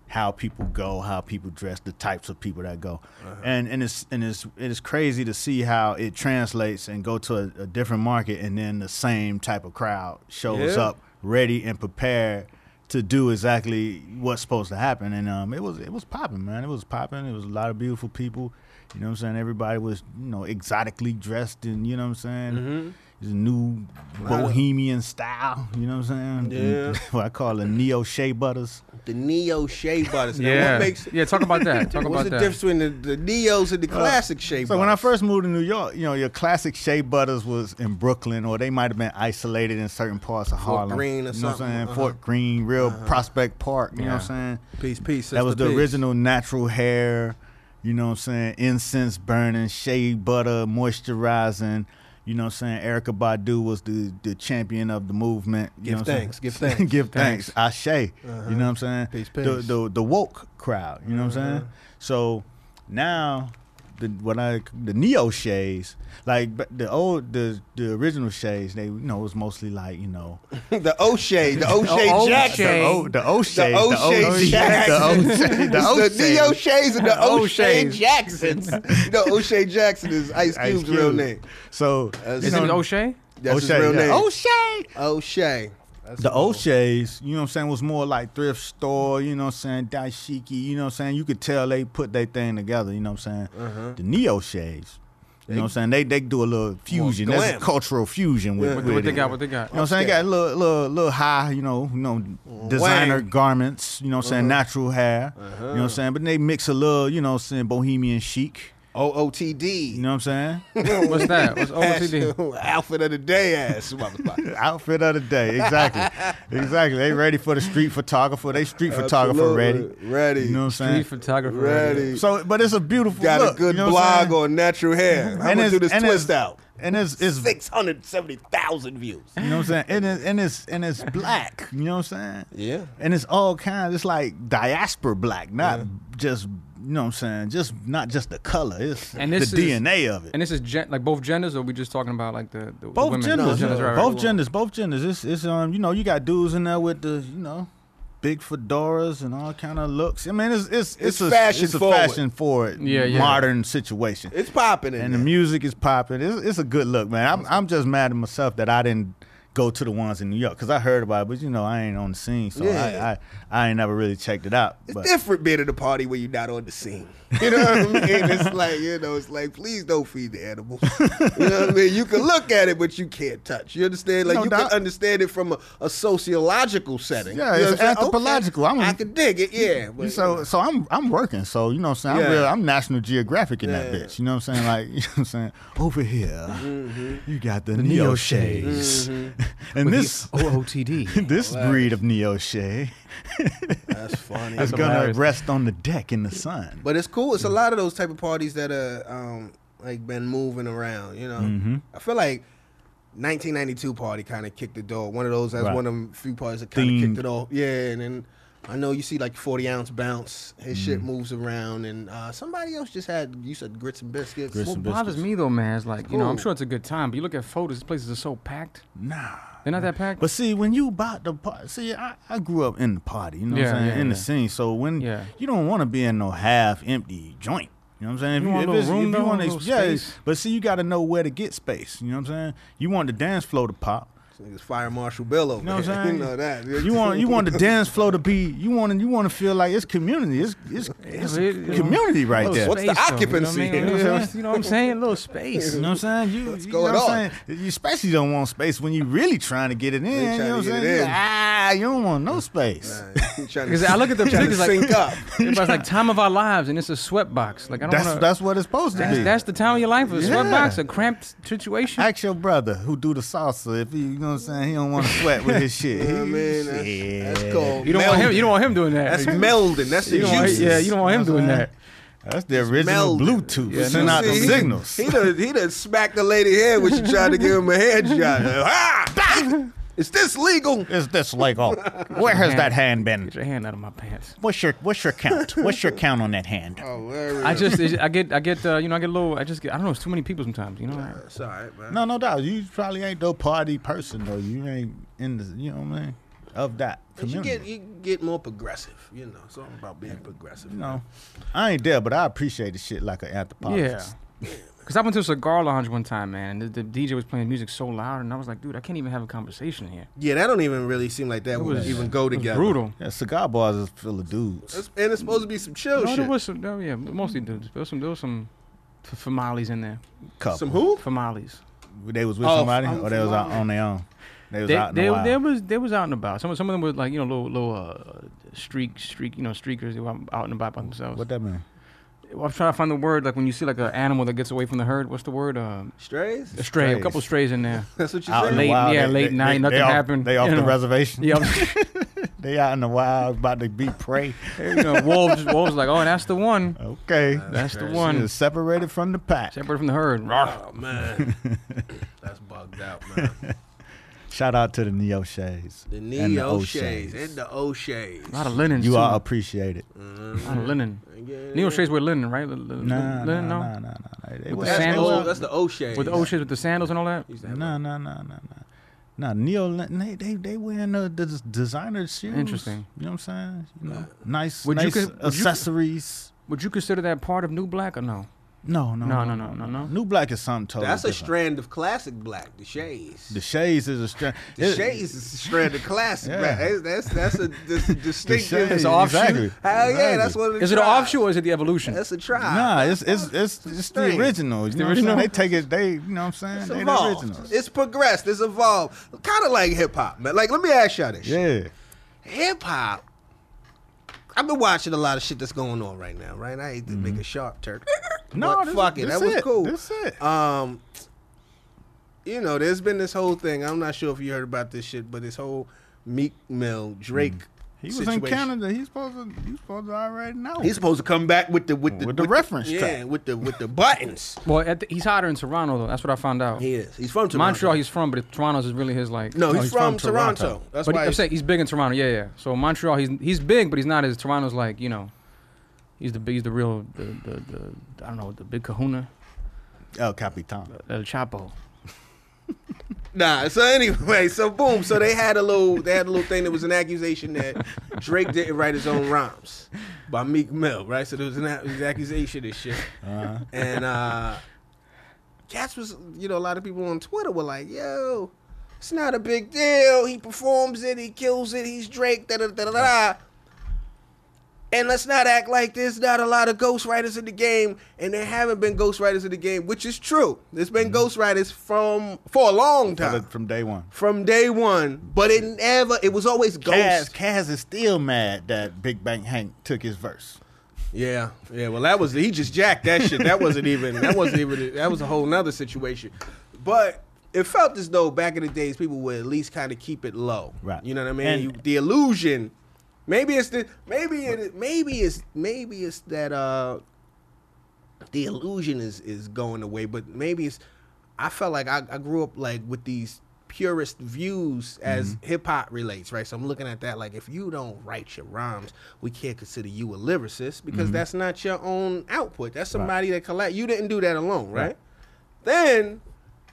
Speaker 5: how people go, how people dress, the types of people that go, and and it's and it's it is crazy to see how it translates and go to a, a different market and then the same type of crowd shows
Speaker 3: Yeah.
Speaker 5: up ready and prepared to do exactly what's supposed to happen. And um, it was it was popping, man. It was popping. It was a lot of beautiful people. You know what I'm saying? Everybody was you know exotically dressed, and you know what I'm saying.
Speaker 3: Mm-hmm.
Speaker 5: It's a new bohemian style. You know what I'm saying?
Speaker 3: Yeah.
Speaker 5: what I call a neo shea butters.
Speaker 3: The neo shea butters. Now,
Speaker 4: Yeah.
Speaker 3: what makes
Speaker 4: yeah, talk about that. Talk
Speaker 3: what's
Speaker 4: about
Speaker 3: the
Speaker 4: that.
Speaker 3: difference between the, the neos and the classic shea?
Speaker 5: So when I
Speaker 3: butters?
Speaker 5: first moved to New York, you know your classic shea butters was in Brooklyn, or they might have been isolated in certain parts of Harlem.
Speaker 3: Greene or
Speaker 5: you know what I'm
Speaker 3: something,
Speaker 5: saying?
Speaker 3: uh-huh.
Speaker 5: Fort Greene, real Prospect Park. You know what I'm saying?
Speaker 3: peace, peace.
Speaker 5: that was
Speaker 3: sister,
Speaker 5: the
Speaker 3: peace.
Speaker 5: original natural hair. You know what I'm saying? Incense burning, shea butter moisturizing. You know what I'm saying? Erica Badu was the, the champion of the movement. You
Speaker 3: Give
Speaker 5: know what I'm
Speaker 3: thanks,
Speaker 5: saying?
Speaker 3: give thanks. Uh-huh.
Speaker 5: give thanks. Ashe. You know what I'm saying?
Speaker 3: Peace,
Speaker 5: The,
Speaker 3: peace. Uh-huh.
Speaker 5: the, the woke crowd. You know what I'm saying? So now, the what I the neo shades like but the old the the original shades they you know it was mostly like you know
Speaker 3: the O'Shea, the O'Shea
Speaker 4: O'Shea.
Speaker 3: Jackson.
Speaker 5: the o the o shades the
Speaker 3: O'Shea
Speaker 5: o shades the o
Speaker 3: Jackson.
Speaker 5: shades the o
Speaker 3: It's the
Speaker 5: shades
Speaker 3: Neo Shays and the O'Shea
Speaker 4: O'Shea's.
Speaker 3: Jacksons. you know, O'Shea Jackson is Ice
Speaker 5: Ice
Speaker 3: Cube's
Speaker 5: Cube.
Speaker 3: real name.
Speaker 5: So
Speaker 3: That's-
Speaker 5: you
Speaker 4: Is
Speaker 5: know,
Speaker 4: it O'Shea?
Speaker 3: That's
Speaker 5: O'Shea,
Speaker 3: his real
Speaker 5: yeah.
Speaker 3: name.
Speaker 5: O'Shea.
Speaker 3: O'Shea.
Speaker 5: The O'Shea's, you know what I'm saying, was more like thrift store, you know what I'm saying, dashiki, you know what I'm saying. You could tell they put their thing together, you know what I'm saying.
Speaker 3: Uh-huh.
Speaker 5: The Neo Shays, you know what I'm saying, they they do a little fusion. That's a
Speaker 3: glam.
Speaker 5: cultural fusion with,
Speaker 3: Yeah.
Speaker 5: with
Speaker 4: What they
Speaker 5: it.
Speaker 4: got? What they got?
Speaker 5: You know what I'm saying? Got a little, little, little high, you know, you know, designer
Speaker 3: Wang. Uh-huh.
Speaker 5: garments, you know what I'm saying, natural hair, you know what I'm saying. But they mix a little, you know what I'm saying, bohemian chic,
Speaker 3: OOTD.
Speaker 5: you know what I'm saying.
Speaker 4: What's that? What's OTD?
Speaker 3: Outfit of the day ass. motherfucker.
Speaker 5: outfit of the day. Exactly. exactly. They ready for the street photographer. They street photographer ready.
Speaker 3: Absolutely. Ready.
Speaker 5: You know what I'm
Speaker 4: Street
Speaker 5: saying?
Speaker 4: photographer.
Speaker 3: Ready.
Speaker 5: So, but it's a beautiful
Speaker 3: Got
Speaker 5: look,
Speaker 3: a good
Speaker 5: you know what I'm
Speaker 3: blog
Speaker 5: saying?
Speaker 3: on natural hair. I'm
Speaker 5: And
Speaker 3: gonna
Speaker 5: it's-
Speaker 3: do this
Speaker 5: and
Speaker 3: twist
Speaker 5: it's-
Speaker 3: out.
Speaker 5: And it's, it's
Speaker 3: Six hundred seventy thousand views.
Speaker 5: you know what I'm saying? And it's, and it's and it's black. You know what I'm saying?
Speaker 3: Yeah.
Speaker 5: And it's all kinds. It's like diaspora black, not just you know what I'm saying. Just not just the color. It's
Speaker 4: And
Speaker 5: the
Speaker 4: this is-
Speaker 5: DNA of it.
Speaker 4: And this is gen- like both genders, or are we just talking about like the, the
Speaker 5: both
Speaker 4: women?
Speaker 5: genders,
Speaker 3: No,
Speaker 5: yeah.
Speaker 4: right, right.
Speaker 5: both genders, both genders. It's it's um, you know, you got dudes in there with the you know, big fedoras and all kind of looks. I mean, it's it's it's,
Speaker 3: It's
Speaker 5: a
Speaker 3: fashion
Speaker 5: it's a
Speaker 3: forward.
Speaker 5: fashion forward,
Speaker 4: Yeah, yeah.
Speaker 5: modern situation.
Speaker 3: It's popping in
Speaker 5: and the
Speaker 3: there.
Speaker 5: music is popping. It's, it's a good look, man. I'm I'm just mad at myself that I didn't go to the ones in New York because I heard about it, but you know, I ain't on the scene, so
Speaker 3: Yeah.
Speaker 5: I, I I ain't never really checked it out.
Speaker 3: It's
Speaker 5: but
Speaker 3: different being at a party when you're not on the scene. You know what I mean? It's like, you know, it's like, please don't feed the animals. You know what I mean? You can look at it, but you can't touch. You understand? Like,
Speaker 5: No
Speaker 3: you
Speaker 5: doubt.
Speaker 3: can understand it from a, a sociological setting.
Speaker 5: Yeah,
Speaker 3: You
Speaker 5: it's
Speaker 3: know what I'm saying?
Speaker 5: anthropological.
Speaker 3: Okay,
Speaker 5: I'm a-
Speaker 3: I can dig it, yeah. But,
Speaker 5: So so I'm I'm working. So you know what I'm saying?
Speaker 3: Yeah.
Speaker 5: I'm real, I'm National Geographic in that
Speaker 3: Yeah.
Speaker 5: bitch. You know what I'm saying? Like you know what I'm saying? Over here,
Speaker 3: Mm-hmm.
Speaker 5: you got the, neo shades, and this
Speaker 4: OOTD.
Speaker 5: this breed of neo shade
Speaker 3: that's funny.
Speaker 5: is gonna
Speaker 4: hilarious.
Speaker 5: rest on the deck in the sun.
Speaker 3: But it's cool. It's a lot of those type of parties that are um, like been moving around. You know,
Speaker 4: Mm-hmm.
Speaker 3: I feel like 1992 party kind of kicked the door. One of those that's
Speaker 5: Right.
Speaker 3: one of them few parties that kind of
Speaker 5: Themed.
Speaker 3: kicked it off. Yeah, and then I know you see like 40 ounce bounce. His
Speaker 4: Mm-hmm.
Speaker 3: shit moves around, and uh, somebody else just had you said grits and biscuits.
Speaker 5: Grits
Speaker 4: What
Speaker 5: and
Speaker 4: bothers
Speaker 5: biscuits.
Speaker 4: me though, man, is like you know, I'm
Speaker 3: cool.
Speaker 4: sure it's a good time, but you look at photos, these places are so packed.
Speaker 5: Nah.
Speaker 4: They're not that packed.
Speaker 5: But see, when you bought the party, see, I, I grew up in the party, you know
Speaker 4: Yeah,
Speaker 5: what I'm saying,
Speaker 4: yeah,
Speaker 5: in the
Speaker 4: yeah.
Speaker 5: scene. So when
Speaker 4: Yeah.
Speaker 5: you don't want to be in no half empty joint, you know what I'm saying. If
Speaker 4: You want a little
Speaker 5: it's-
Speaker 4: room, though,
Speaker 5: wanna
Speaker 4: a
Speaker 5: ex-
Speaker 4: little
Speaker 5: yeah,
Speaker 4: space.
Speaker 5: but see, you got to know where to get space. You know what I'm saying. You want the dance floor to pop.
Speaker 3: This nigga's Fire Marshal Bill over
Speaker 5: You know what
Speaker 3: here.
Speaker 5: I'm saying?
Speaker 3: you know that.
Speaker 5: You want you want the dance floor to be you want you want to feel like it's community. It's it's, it's
Speaker 4: it- you know,
Speaker 5: community right
Speaker 4: Little
Speaker 5: there.
Speaker 3: What's the
Speaker 4: space, though,
Speaker 3: occupancy
Speaker 4: You know,
Speaker 5: here?
Speaker 4: what I mean? You know what I'm saying? You know what I'm saying? A little space.
Speaker 5: You know what I'm saying? You, you
Speaker 3: going
Speaker 5: know what I'm saying? You especially don't want space when you really trying to get it in. You
Speaker 3: trying
Speaker 5: know what I'm
Speaker 3: to get
Speaker 5: saying?
Speaker 3: it
Speaker 5: You
Speaker 3: in.
Speaker 5: like, ah, you don't want no space.
Speaker 4: Because I look at the
Speaker 3: trying to
Speaker 4: pictures like-
Speaker 3: sync up.
Speaker 4: Everybody's like time of our lives, and it's a sweat box. Like I don't
Speaker 5: That's
Speaker 4: want
Speaker 5: that's what it's supposed to
Speaker 4: That's,
Speaker 5: be.
Speaker 4: that's the time of your life. A
Speaker 5: Yeah.
Speaker 4: sweat box, a cramped situation.
Speaker 5: Ask your brother who do the salsa if he, you know what I'm saying. He don't want to sweat with his shit.
Speaker 3: I mean, that's, that's
Speaker 5: Shit.
Speaker 3: called.
Speaker 4: you don't want him.
Speaker 3: melding.
Speaker 4: You don't want him doing that.
Speaker 3: That's melding. That's the
Speaker 4: You don't want-
Speaker 3: juices.
Speaker 4: yeah, you don't want him
Speaker 5: That's
Speaker 4: doing
Speaker 5: right.
Speaker 4: that.
Speaker 5: That's the original
Speaker 3: melded.
Speaker 5: Bluetooth.
Speaker 4: Yeah,
Speaker 5: Send
Speaker 4: no.
Speaker 5: out the
Speaker 3: See, he-
Speaker 5: signals.
Speaker 3: He done, he done smacked the lady head when she tried to give him a head shot. ah, is this legal?
Speaker 5: Is this legal? oh, Where has that hand been?
Speaker 4: Get your hand out of my pants.
Speaker 5: What's your what's your count? What's your count on that hand?
Speaker 3: Oh,
Speaker 4: I just, I get, I get, uh, you know, I get a little. I just get. I don't know. It's too many people sometimes. You know.
Speaker 3: Sorry, man.
Speaker 5: No, no doubt. You probably ain't no party person though. You ain't in the you know what I mean of that
Speaker 3: But you
Speaker 5: community.
Speaker 3: get you get more progressive, you know. It's all about being progressive.
Speaker 5: you know, I ain't there, but I appreciate the shit like an anthropologist.
Speaker 4: Yeah. Cause I went to a cigar lounge one time, man, and the, the DJ was playing music so loud, and I was like, dude, I can't even have a conversation here.
Speaker 3: Yeah, that don't even really seem like that would
Speaker 4: was-
Speaker 3: even go
Speaker 4: It was
Speaker 3: together.
Speaker 4: brutal.
Speaker 5: Yeah, cigar bars is full of dudes.
Speaker 3: It's- and it's supposed to be some chill
Speaker 4: no, there
Speaker 3: shit.
Speaker 4: was some, no, yeah, mostly dudes. There was some, there was some f- Famalis in there.
Speaker 5: Couple.
Speaker 3: some who?
Speaker 4: Famalis.
Speaker 5: They was with
Speaker 3: Oh,
Speaker 5: somebody,
Speaker 3: I'm
Speaker 5: or they was out
Speaker 3: familiar.
Speaker 5: on their own. They was
Speaker 4: They,
Speaker 5: out in
Speaker 4: they,
Speaker 5: the wild.
Speaker 4: they was they was out and about. Some some of them were like you know little little uh, streak streak you know streakers. They were out out and about by themselves.
Speaker 5: what that mean?
Speaker 4: I'm trying to find the word like when you see like an animal that gets away from the herd. What's the word? Um,
Speaker 3: Strays?
Speaker 4: a stray. A
Speaker 5: Strays.
Speaker 4: couple strays in there.
Speaker 3: That's what you
Speaker 5: Out in the
Speaker 4: Late-
Speaker 3: said.
Speaker 5: wild.
Speaker 4: yeah,
Speaker 5: they-
Speaker 4: late
Speaker 5: they-
Speaker 4: night,
Speaker 5: they
Speaker 4: nothing
Speaker 5: off-
Speaker 4: happened,
Speaker 5: They off
Speaker 4: you
Speaker 5: the
Speaker 4: know.
Speaker 5: reservation.
Speaker 4: Yeah,
Speaker 5: They out in the wild, about to be prey.
Speaker 4: you know, wolves. Wolves like oh, that's the one.
Speaker 5: Okay,
Speaker 3: Uh,
Speaker 4: That's the
Speaker 3: Right.
Speaker 5: She
Speaker 4: one.
Speaker 5: is separated from the pack.
Speaker 4: Separated from the herd.
Speaker 3: Oh man, that's bugged out, man.
Speaker 5: Shout out to the Neo Shades,
Speaker 3: The
Speaker 5: and
Speaker 3: Neo
Speaker 5: O'Shays.
Speaker 3: Shades and the O'Shays. Mm-hmm.
Speaker 4: A lot of linen.
Speaker 5: You
Speaker 4: too.
Speaker 5: are appreciated.
Speaker 4: a lot of linen.
Speaker 3: Yeah.
Speaker 4: Neo Shades wear linen, right? L- l-
Speaker 5: Nah, nah,
Speaker 4: linen, no.
Speaker 5: nah, nah, nah. nah. They was-
Speaker 4: the
Speaker 3: That's,
Speaker 5: they
Speaker 3: the
Speaker 4: sandals.
Speaker 3: old,
Speaker 5: was-
Speaker 3: that's the O'Shays.
Speaker 4: With the old shit, with the sandals and all that.
Speaker 3: Used to have
Speaker 5: Nah, nah, nah, nah, nah. Nah, Neo, they they they wearing the, the designer shoes.
Speaker 4: Interesting.
Speaker 5: You know what I'm saying? You
Speaker 3: Uh,
Speaker 5: know, nice,
Speaker 4: Would you
Speaker 5: nice
Speaker 4: con- would you-
Speaker 5: accessories.
Speaker 4: Would you consider that part of New Black or no?
Speaker 5: No, no,
Speaker 4: No, no, no, no, no.
Speaker 5: New black is something totally
Speaker 3: That's a
Speaker 5: different.
Speaker 3: strand of classic black, the shades.
Speaker 5: The shades is a strand.
Speaker 3: the shades is a strand of classic
Speaker 5: Yeah.
Speaker 3: black. That's that's, that's a, that's a distinctive.
Speaker 5: shades,
Speaker 3: Hell
Speaker 5: exactly.
Speaker 3: yeah,
Speaker 5: Exactly.
Speaker 3: that's one of the
Speaker 4: Is it an
Speaker 3: tribes.
Speaker 4: offshoot or is it the evolution?
Speaker 3: That's a tribe.
Speaker 5: Nah, it's it's it's it's the
Speaker 3: thing.
Speaker 5: original. You know what I'm
Speaker 4: original?
Speaker 5: saying? They take it. They you know what I'm saying?
Speaker 3: It's
Speaker 5: They the original.
Speaker 3: evolved. It's progressed. It's evolved. Kind of like hip hop, man. Like, let me ask y'all this.
Speaker 5: Yeah.
Speaker 3: Hip hop. I've been watching a lot of shit that's going on right now, right? I hate to make a sharp turn.
Speaker 5: Mm-hmm. No,
Speaker 3: but
Speaker 5: this-
Speaker 3: fuck it.
Speaker 5: this
Speaker 3: That was
Speaker 5: it.
Speaker 3: cool.
Speaker 5: This it.
Speaker 3: Um, you know, there's been this whole thing. I'm not sure if you heard about this shit, but this whole Meek Mill Drake.
Speaker 5: Mm-hmm. He was
Speaker 3: situation.
Speaker 5: in Canada. He's supposed to. He's supposed to already know.
Speaker 3: He's supposed to come back with the with the
Speaker 5: With the reference
Speaker 3: yeah,
Speaker 5: track.
Speaker 3: with the with the buttons.
Speaker 4: well, at the, he's hotter in Toronto though. That's what I found out.
Speaker 3: He is. He's from Toronto.
Speaker 4: Montreal, he's from, but it- Toronto's is really his like.
Speaker 3: no, he's,
Speaker 5: Oh, he's
Speaker 3: from,
Speaker 5: from
Speaker 3: Toronto.
Speaker 5: Toronto.
Speaker 3: That's
Speaker 4: but
Speaker 3: why.
Speaker 4: he, I'm
Speaker 3: he's-
Speaker 4: saying he's big in Toronto. Yeah, yeah. So Montreal, he's he's big, but he's not as Toronto's like you know. He's the big- he's the real the, the, the I don't know the big Kahuna
Speaker 5: El Capitan.
Speaker 4: El Chapo.
Speaker 3: Nah. So anyway, so boom. So they had a little. They had a little thing that was an accusation that Drake didn't write his own rhymes by Meek Mill, right? So there was an, a- it was an accusation and shit. And uh, that's was you know a lot of people on Twitter were like, "Yo, it's not a big deal. He performs it. He kills it. He's Drake." Da da da da da. And let's not act like there's not a lot of ghostwriters in the game, and there haven't been ghostwriters in the game, which is true. There's been ghostwriters from for a long time,
Speaker 5: From day one.
Speaker 3: from day one. But it never, it was always
Speaker 5: Kaz,
Speaker 3: ghost.
Speaker 5: Kaz is still mad that Big Bang Hank took his verse.
Speaker 3: Yeah, yeah. Well, that was he just jacked that shit. That wasn't even. That wasn't even. That was a whole nother situation. But it felt as though back in the days people would at least kind of keep it low.
Speaker 5: Right.
Speaker 3: You know what I mean?
Speaker 5: And-
Speaker 3: you, the illusion. Maybe it's the. Maybe it. Maybe it's. Maybe it's that. uh the illusion is is going away. But maybe it's I felt like I, I grew up like with these purist views as hip hop relates, right? So I'm looking at that like if you don't write your rhymes, we can't consider you a lyricist because that's not your own output. That's somebody that collect you didn't do that alone, right? Then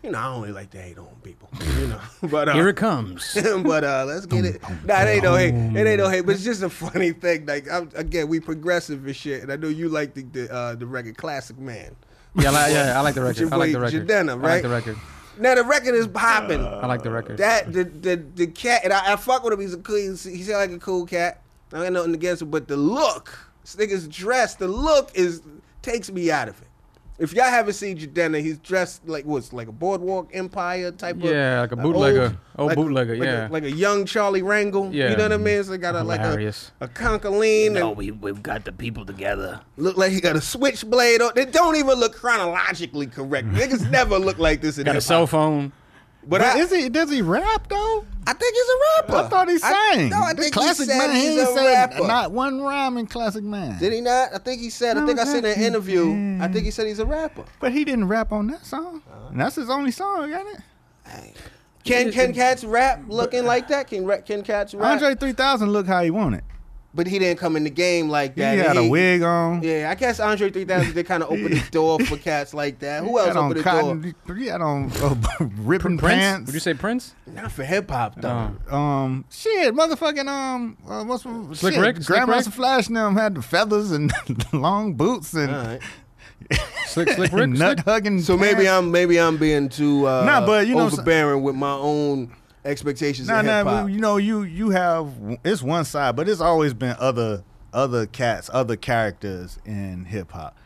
Speaker 3: you know, I only like to hate on people, you know. But uh,
Speaker 4: Here it comes.
Speaker 3: but uh, let's get it. Nah, it ain't no hate. It ain't no hate. But it's just a funny thing. Like I'm, again, we progressive and shit. And I know you like the the, uh, the record Classic Man.
Speaker 4: Yeah, I like, yeah, I like the
Speaker 3: Your
Speaker 4: record. I like the
Speaker 3: boy
Speaker 4: record.
Speaker 3: Jadena,
Speaker 4: I
Speaker 3: right?
Speaker 4: like the record.
Speaker 3: Now the record is popping.
Speaker 4: I like the record.
Speaker 3: that the, the the cat and I, I fuck with him. He's a cool. He's, he sound like a cool cat. I ain't nothing against him, but the look, this nigga's dressed. The look is takes me out of it. If y'all haven't seen Jadena, he's dressed like what's like a boardwalk empire type of
Speaker 4: Yeah, like a bootlegger. Old
Speaker 3: like-
Speaker 4: bootlegger,
Speaker 3: like A,
Speaker 4: yeah.
Speaker 3: like a young Charlie Wrangle.
Speaker 4: Yeah.
Speaker 3: You know what I mean? So he got a like a,
Speaker 4: Hilarious.
Speaker 3: a conkeline
Speaker 6: No,
Speaker 3: and
Speaker 6: we, we've got the people together.
Speaker 3: look like he got a switchblade on. They don't even look chronologically correct. Niggas never look like this in
Speaker 4: Got a
Speaker 3: hip-hop.
Speaker 4: cell phone.
Speaker 3: But I,
Speaker 5: is he? Does he rap though?
Speaker 3: I think he's a rapper.
Speaker 5: I thought he
Speaker 3: I-
Speaker 5: sang.
Speaker 3: no, I
Speaker 5: The
Speaker 3: think
Speaker 5: classic
Speaker 3: he said
Speaker 5: man.
Speaker 3: he's
Speaker 5: he
Speaker 3: a
Speaker 5: ain't said
Speaker 3: rapper.
Speaker 5: not one rhyme in classic man.
Speaker 3: Did he not? I think he said. I think I seen an interview. I think he said he's a rapper.
Speaker 5: But he didn't rap on that song.
Speaker 3: Uh-huh.
Speaker 5: And that's his only song, got it?
Speaker 3: Can Can Cats rap looking like that? Can rap- Can Cats rap?
Speaker 5: Andre 3000 look how he wanted.
Speaker 3: but he didn't come in the game like
Speaker 5: He
Speaker 3: that.
Speaker 5: had a wig on.
Speaker 3: Yeah, I guess Andre 3000 did kind of open the door for cats like that. Who
Speaker 5: He
Speaker 3: else
Speaker 5: had on
Speaker 3: opened the door?
Speaker 5: cotton. He had on uh, ripping
Speaker 4: Prince?
Speaker 5: pants.
Speaker 4: Would you say Prince?
Speaker 3: Not for hip hop though.
Speaker 4: No.
Speaker 5: um, shit, motherfucking um, uh, what's
Speaker 4: Slick
Speaker 5: shit,
Speaker 4: Rick? Slick
Speaker 5: Grandmaster
Speaker 4: Rick?
Speaker 5: Flash and them had the feathers and long boots and,
Speaker 3: All right.
Speaker 4: Slick, slick Rick?
Speaker 5: and nut
Speaker 4: Slick?
Speaker 5: hugging.
Speaker 3: So maybe I'm maybe I'm being too uh,
Speaker 5: Nah, but you know-
Speaker 3: overbearing with my own expectations
Speaker 5: Nah,
Speaker 3: of hip
Speaker 5: nah,
Speaker 3: hop.
Speaker 5: you know, you you have it's one side, but it's always been other other cats, other characters in hip hop.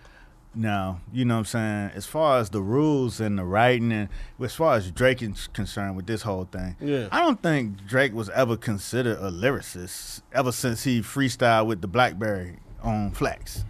Speaker 5: Now, you know what I'm saying? As far as the rules and the writing and as far as Drake is concerned with this whole thing,
Speaker 3: Yeah.
Speaker 5: I don't think Drake was ever considered a lyricist ever since he freestyled with the Blackberry on Flex.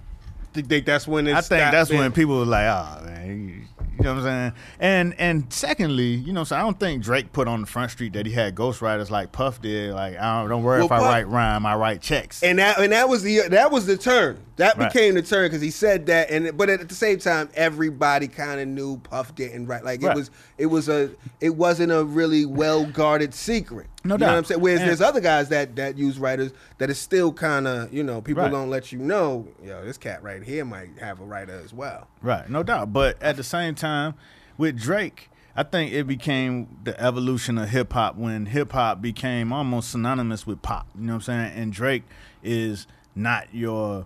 Speaker 3: think, think that's when it's
Speaker 5: I think that's when people were like, oh man, you know what I'm saying? And and secondly, you know, so I don't think Drake put on the front street that he had ghostwriters like Puff did. Like, I don't, don't worry
Speaker 3: Well,
Speaker 5: if I
Speaker 3: Puff-
Speaker 5: write rhyme, I write checks.
Speaker 3: and that and that was the that was the turn that
Speaker 5: Right.
Speaker 3: became the turn because he said that and but at the same time everybody kind of knew Puff didn't write like it
Speaker 5: Right.
Speaker 3: was it was a it wasn't a really well guarded secret.
Speaker 5: No
Speaker 3: you Know what
Speaker 5: doubt.
Speaker 3: I'm saying whereas
Speaker 5: And-
Speaker 3: there's other guys that that use writers that is still kind of you know people
Speaker 5: Right.
Speaker 3: don't let you know yo this cat right here might have a writer as well.
Speaker 5: Right, no doubt. But at the same time, with Drake, I think it became the evolution of hip hop when hip hop became almost synonymous with pop. You know what I'm saying? And Drake is not your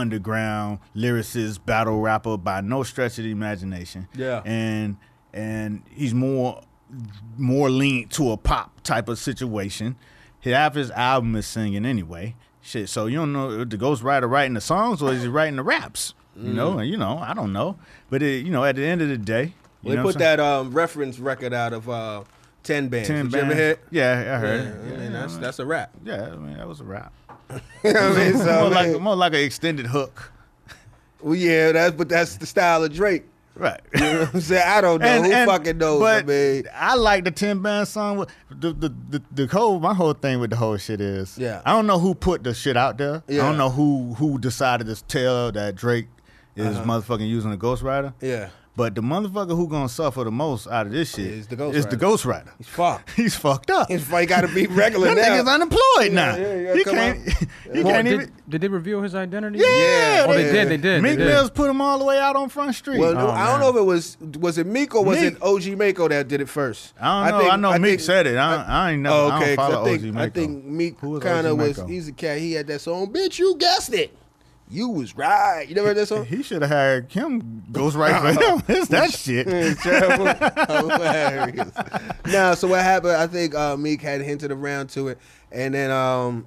Speaker 5: underground lyricist battle rapper by no stretch of the imagination.
Speaker 3: Yeah.
Speaker 5: And and he's more more lean to a pop type of situation. Half his album is singing anyway. Shit. So you don't know if the ghostwriter writing the songs or is he writing the raps? You know,
Speaker 3: Mm.
Speaker 5: and you know, I don't know. But it, you know, at the end of the day, you
Speaker 3: they
Speaker 5: know what
Speaker 3: put
Speaker 5: I'm saying?
Speaker 3: that um, reference record out of uh, ten bands.
Speaker 5: Ten
Speaker 3: Did you ever
Speaker 5: bands.
Speaker 3: hit?
Speaker 5: Yeah, I heard.
Speaker 3: I
Speaker 5: it. Yeah,
Speaker 3: mean, that's that's a rap.
Speaker 5: yeah, I mean, that was a rap.
Speaker 3: You know what I mean? So, I
Speaker 5: more,
Speaker 3: mean,
Speaker 5: like, more like an extended hook.
Speaker 3: well, yeah, that's but that's the style of Drake.
Speaker 5: Right.
Speaker 3: You know what I'm saying? I don't know. Who fucking knows?
Speaker 5: But
Speaker 3: I mean,
Speaker 5: I like the Tim Band song. with- The, the the the whole my whole thing with the whole shit is
Speaker 3: Yeah.
Speaker 5: I don't know who put the shit out there.
Speaker 3: Yeah.
Speaker 5: I don't know who who decided to tell that Drake is motherfucking using a ghostwriter.
Speaker 3: Uh-huh. yeah.
Speaker 5: But the motherfucker who gonna suffer the most out of this shit
Speaker 3: Is the Ghost
Speaker 5: Is the
Speaker 3: Rider.
Speaker 5: ghostwriter.
Speaker 3: He's fucked.
Speaker 5: He's fucked up.
Speaker 3: His fight got to be regular
Speaker 5: that
Speaker 3: now.
Speaker 5: nigga's unemployed now.
Speaker 3: yeah, yeah,
Speaker 5: he
Speaker 3: come
Speaker 5: can't. He
Speaker 4: Well,
Speaker 5: can't
Speaker 4: did,
Speaker 5: even.
Speaker 4: did they reveal his identity?
Speaker 5: Yeah,
Speaker 4: Oh, they
Speaker 3: they-
Speaker 4: did. They did. they
Speaker 5: Meek
Speaker 4: did.
Speaker 5: Mill's put him all the way out on Front Street.
Speaker 3: well, no,
Speaker 4: Oh,
Speaker 3: I don't
Speaker 4: man.
Speaker 3: know if it was was it Meek or was
Speaker 5: Meek.
Speaker 3: it OG Mako that did it first.
Speaker 5: I don't know. I, know Meek said it. I, I, ain't know.
Speaker 3: Oh,
Speaker 5: I don't
Speaker 3: okay, 'cause
Speaker 5: follow
Speaker 3: I think
Speaker 5: OG
Speaker 3: I
Speaker 5: Mako.
Speaker 3: think Meek
Speaker 5: Who was
Speaker 3: kind of
Speaker 5: OG
Speaker 3: was.
Speaker 5: Mako?
Speaker 3: He's a cat. He had that song. Bitch, you guessed it. You was right. You never heard that song?
Speaker 5: He should have had him ghost right for him. It's that shit.
Speaker 3: It's terrible. Hilarious. Now, so what happened? I think uh, Meek had hinted around to it, and then um,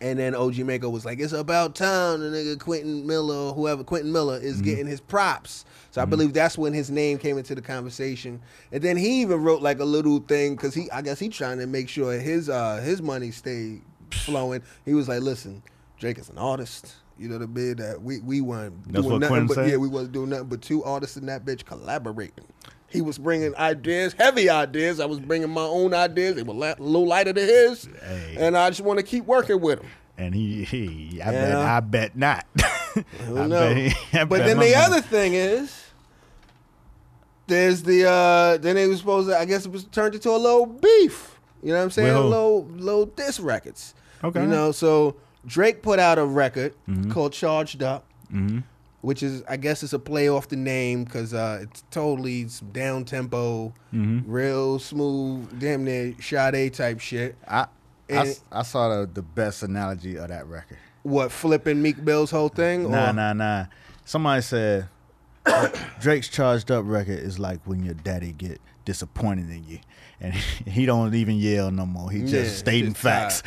Speaker 3: and then OG Mako was like, "It's about time the nigga Quentin Miller, or whoever Quentin Miller, is
Speaker 5: Mm-hmm.
Speaker 3: getting his props." So I believe that's when his name came into the conversation, and then he even wrote like a little thing because he, I guess, he trying to make sure his uh his money stayed flowing. He was like, "Listen, Drake is an artist." You know the bid that we we weren't
Speaker 5: That's
Speaker 3: doing
Speaker 5: what
Speaker 3: nothing,
Speaker 5: Quentin
Speaker 3: but
Speaker 5: said?
Speaker 3: yeah, we wasn't doing nothing but two artists in that bitch collaborating. He was bringing ideas, heavy ideas. I was bringing my own ideas. They were li- a little lighter than his,
Speaker 5: Hey.
Speaker 3: and I just want to keep working with him.
Speaker 5: And he, he I
Speaker 3: Yeah.
Speaker 5: bet, I bet not. I
Speaker 3: Who knows?
Speaker 5: bet- I
Speaker 3: But
Speaker 5: bet
Speaker 3: then
Speaker 5: my
Speaker 3: the
Speaker 5: man-
Speaker 3: other thing is, there's the uh then they was supposed to I guess it was turned into a little beef. You know what I'm saying?
Speaker 5: With who?
Speaker 3: Little little diss records.
Speaker 5: Okay. Mm-hmm.
Speaker 3: You know, so Drake put out a record called Charged Up. Which is, I guess, it's a play off the name because uh, it's totally some down tempo,
Speaker 5: Mm-hmm.
Speaker 3: real smooth, damn near Sade type shit.
Speaker 7: I, I s-
Speaker 3: And-
Speaker 7: I saw the, the best analogy of that record.
Speaker 3: What flipping Meek Mill's whole thing?
Speaker 5: Nah,
Speaker 3: or-
Speaker 5: nah, nah. Somebody said Drake's charged up record is like when your daddy get disappointed in you, and he don't even yell no more. He just
Speaker 3: Yeah,
Speaker 5: stating
Speaker 3: just
Speaker 5: facts.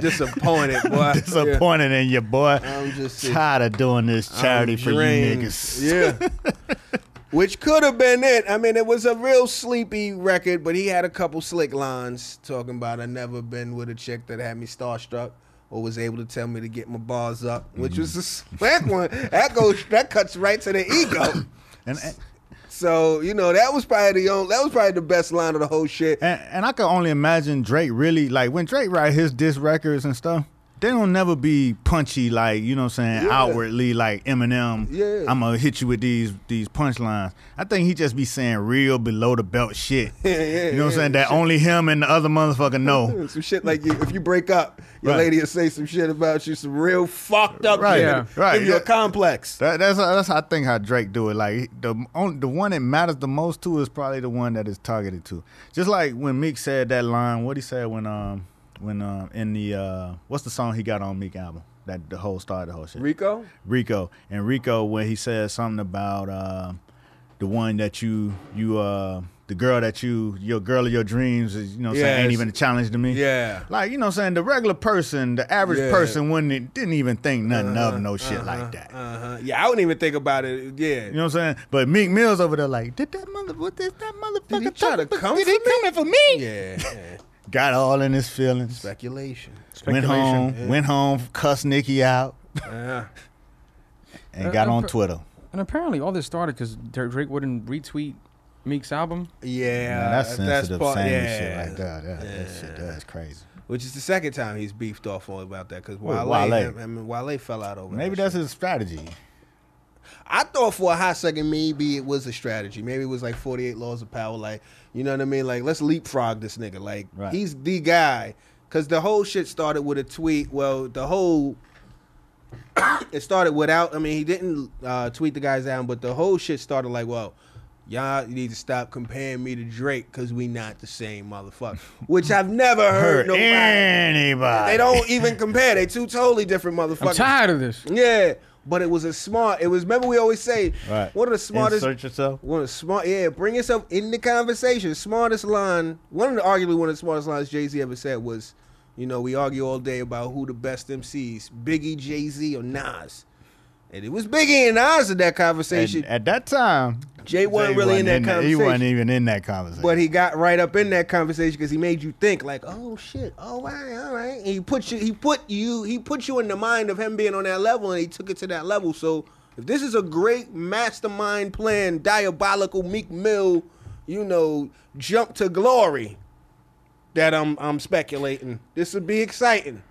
Speaker 3: disappointed, boy. Yeah.
Speaker 5: disappointed in you, boy.
Speaker 3: I'm just sick.
Speaker 5: tired of doing this charity
Speaker 3: I'm
Speaker 5: for you
Speaker 3: drained.
Speaker 5: niggas.
Speaker 3: Yeah. Which could have been it. I mean, it was a real sleepy record, but he had a couple slick lines talking about I never been with a chick that had me starstruck or was able to tell me to get my bars up,
Speaker 5: Mm-hmm.
Speaker 3: which was a slick one. That goes that cuts right to the ego.
Speaker 5: And, and
Speaker 3: So, you know, that was probably the only, that was probably the best line of the whole shit.
Speaker 5: and I can only imagine Drake really like when Drake write his diss records and stuff. They don't never be punchy like you know what I'm saying
Speaker 3: Yeah.
Speaker 5: outwardly like Eminem.
Speaker 3: Yeah.
Speaker 5: I'm gonna hit you with these these punchlines. I think he just be saying real below the belt shit.
Speaker 3: yeah,
Speaker 5: you know what I'm
Speaker 3: yeah,
Speaker 5: saying that only him and the other motherfucker know.
Speaker 3: Some shit like you, if you break up, your
Speaker 5: Right.
Speaker 3: lady will say some shit about you, some real fucked up
Speaker 5: Right,
Speaker 3: shit.
Speaker 4: yeah,
Speaker 5: right,
Speaker 3: Give you a
Speaker 5: yeah.
Speaker 3: complex.
Speaker 5: That, that's that's how I think how Drake do it. Like the on, the one that matters the most to is probably the one that is targeted to. Just like when Meek said that line, what he said when um when um in the uh what's the song he got on Meek album that the whole started the whole shit.
Speaker 3: Rico?
Speaker 5: Rico and Rico when he says something about uh, the one that you you uh the girl that you your girl of your dreams is you know what I'm saying ain't
Speaker 3: Yes.
Speaker 5: even a challenge to me.
Speaker 3: Yeah.
Speaker 5: Like you know what I'm saying the regular person, the average
Speaker 3: Yeah.
Speaker 5: person wouldn't didn't even think nothing of no shit like that.
Speaker 3: Uh-huh. Yeah, I wouldn't even think about it. Yeah.
Speaker 5: You know what I'm saying? But Meek Mill's over there like, did that mother what did that motherfucker
Speaker 3: he try to
Speaker 5: talk-
Speaker 3: come
Speaker 5: Did he
Speaker 3: for me?"
Speaker 5: coming for me?
Speaker 3: yeah, yeah.
Speaker 5: Got all in his feelings.
Speaker 3: Speculation.
Speaker 5: Went home,
Speaker 4: Speculation.
Speaker 5: went home, cussed Nikki out,
Speaker 3: Yeah.
Speaker 5: and
Speaker 4: Uh,
Speaker 5: got
Speaker 4: uh,
Speaker 5: on
Speaker 4: per-
Speaker 5: Twitter.
Speaker 4: And apparently, all this started because Drake wouldn't retweet Meek's album.
Speaker 3: Yeah.
Speaker 5: Man, Uh, that's sensitive
Speaker 3: part-
Speaker 5: saying
Speaker 3: yeah.
Speaker 5: shit like that. Yeah, That shit that's crazy.
Speaker 3: Which is the second time he's beefed off all about that because
Speaker 5: With
Speaker 3: Wale,
Speaker 5: Wale.
Speaker 3: I mean, Wale fell out over
Speaker 5: Maybe
Speaker 3: that
Speaker 5: that's
Speaker 3: shit.
Speaker 5: his strategy.
Speaker 3: I thought for a hot second, maybe it was a strategy. Maybe it was like 48 Laws of Power. Like, you know what I mean? Like, let's leapfrog this nigga. Like,
Speaker 5: Right.
Speaker 3: he's the guy. Because the whole shit started with a tweet. Well, the whole. it started without. I mean, he didn't uh, tweet the guys down, but the whole shit started like, well, y'all need to stop comparing me to Drake because we not the same motherfucker. Which I've never
Speaker 5: Hurt
Speaker 3: heard nobody.
Speaker 5: anybody.
Speaker 3: They don't even compare. They two totally different motherfuckers.
Speaker 4: I'm tired of this.
Speaker 3: Yeah, but it was a smart. It was. Remember, we always say
Speaker 5: Right.
Speaker 3: one of the smartest.
Speaker 5: Insert yourself.
Speaker 3: One of the smart. Yeah, bring yourself in the conversation. Smartest line. One of the arguably one of the smartest lines Jay Z ever said was, "You know, we argue all day about who the best MCs, Biggie, Jay Z, or Nas." And it was Biggie and Nas in that
Speaker 5: At,
Speaker 3: conversation.
Speaker 5: at that time,
Speaker 3: Jay wasn't really in that
Speaker 5: He
Speaker 3: conversation.
Speaker 5: wasn't even in that conversation.
Speaker 3: But he got right up in that conversation because he made you think like, oh shit, oh all right, all right. And he put you, he put you, he put you in the mind of him being on that level, and he took it to that level. So if this is a great mastermind plan, diabolical Meek Mill, you know, jump to glory, that I'm I'm speculating. This would be exciting.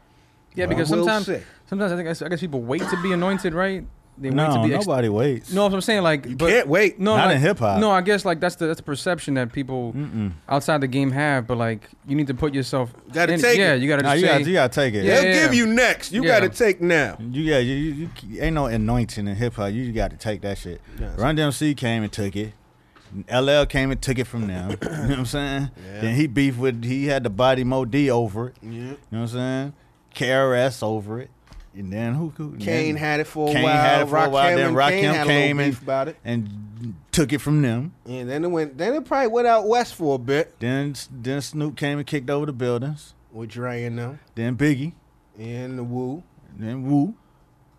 Speaker 4: Yeah, because
Speaker 3: We'll
Speaker 4: sometimes,
Speaker 3: see.
Speaker 4: sometimes I think I s- I guess people wait to be anointed, right? They wait
Speaker 5: no,
Speaker 4: to be ex-
Speaker 5: nobody waits.
Speaker 4: No, that's what I'm saying like but-
Speaker 3: can't wait.
Speaker 4: No,
Speaker 5: Not
Speaker 4: like-
Speaker 5: in hip-hop.
Speaker 4: No, I guess like that's the that's the perception that people outside the game have. But like you need to put yourself.
Speaker 3: Gotta
Speaker 4: in-
Speaker 3: take
Speaker 4: Yeah,
Speaker 3: it.
Speaker 4: you gotta.
Speaker 5: Nah,
Speaker 4: Just
Speaker 5: you,
Speaker 4: say,
Speaker 5: gotta, you gotta take it.
Speaker 4: Yeah,
Speaker 3: They'll
Speaker 4: yeah,
Speaker 3: give
Speaker 4: yeah.
Speaker 3: you next. You got
Speaker 4: Yeah.
Speaker 3: to take now.
Speaker 5: You yeah, you, you, you ain't no anointing in hip hop. You got to take that shit. Run DMC came and took it. LL came and took it from them. you know what I'm saying? Then he beef with he had the body Mo D over it. You know what I'm saying? KRS over it. And then who? who then
Speaker 3: Kane had it for a
Speaker 5: Kane
Speaker 3: while.
Speaker 5: had it for a
Speaker 3: Rakim
Speaker 5: while. Then
Speaker 3: and
Speaker 5: Rakim
Speaker 3: Kane had a little
Speaker 5: came and,
Speaker 3: beef about it.
Speaker 5: and took it from them.
Speaker 3: And then it went. Then it probably went out west for a bit
Speaker 5: Then then Snoop came and kicked over the buildings.
Speaker 3: with Dre and them
Speaker 5: Then Biggie.
Speaker 3: and the Woo.
Speaker 5: Then Woo.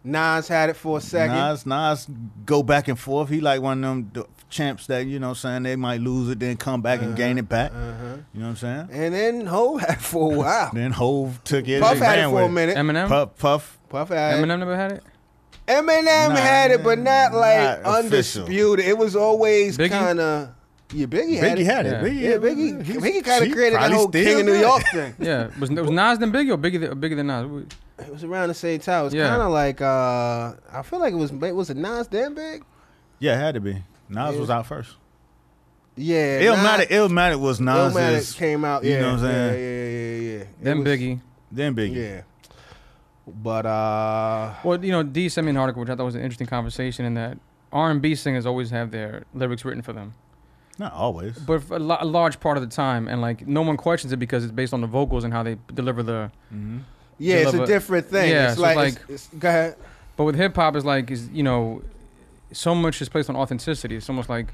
Speaker 3: Nas had it for a second.
Speaker 5: Nas, Nas go back and forth. He like one of them d- champs that, you know what I'm saying, they might lose it, then come back and
Speaker 3: Uh-huh,
Speaker 5: gain it back. You know what I'm saying?
Speaker 3: And then Ho had it for a while.
Speaker 5: Then Hove took it.
Speaker 3: Puff
Speaker 5: and
Speaker 3: had it
Speaker 5: ran
Speaker 3: for a
Speaker 5: with
Speaker 3: minute.
Speaker 4: Eminem.
Speaker 5: Puff, Puff.
Speaker 3: Puff had it.
Speaker 4: Eminem never had it.
Speaker 3: Eminem
Speaker 5: Nah,
Speaker 3: had it, but not like
Speaker 5: not official.
Speaker 3: undisputed. It was always
Speaker 4: Biggie?
Speaker 3: kind of. Yeah, Biggie had
Speaker 5: Biggie
Speaker 3: it.
Speaker 5: had it.
Speaker 4: Yeah.
Speaker 5: Biggie,
Speaker 3: Yeah, Biggie.
Speaker 5: He's-
Speaker 3: Biggie kind
Speaker 5: he
Speaker 3: of created that
Speaker 5: probably
Speaker 3: whole
Speaker 5: still
Speaker 3: King of New
Speaker 5: good.
Speaker 3: York thing.
Speaker 4: Yeah, was, was Nas than Biggie or Biggie than, bigger than Nas?
Speaker 3: It was around the same time. It was
Speaker 4: Yeah.
Speaker 3: kind of like uh, I feel like it was was it Nas damn big?
Speaker 5: Yeah, it had to be. Nas
Speaker 3: Yeah.
Speaker 5: was out first.
Speaker 3: Yeah,
Speaker 5: Illmatic, Illmatic was
Speaker 3: Nas,
Speaker 5: Nas.
Speaker 3: Illmatic came out.
Speaker 5: you
Speaker 3: Yeah,
Speaker 5: know what I'm saying?
Speaker 3: yeah, yeah, yeah, yeah. It
Speaker 4: Then
Speaker 3: was-
Speaker 4: Biggie.
Speaker 5: Then Biggie.
Speaker 3: Yeah, but uh,
Speaker 4: Well, you know, D sent me an article which I thought was an interesting conversation in that R&B singers always have their lyrics written for them,
Speaker 5: Not always.
Speaker 4: but for a, la- a large part of the time, and like no one questions it because it's based on the vocals and how they deliver the.
Speaker 5: Mm-hmm.
Speaker 3: yeah, it's a
Speaker 4: Deliver-
Speaker 3: different thing.
Speaker 4: Yeah,
Speaker 3: it's
Speaker 4: so
Speaker 3: like,
Speaker 4: it's
Speaker 3: it's- it's, go ahead.
Speaker 4: But with hip hop, it's like is you know, so much is placed on authenticity. It's almost like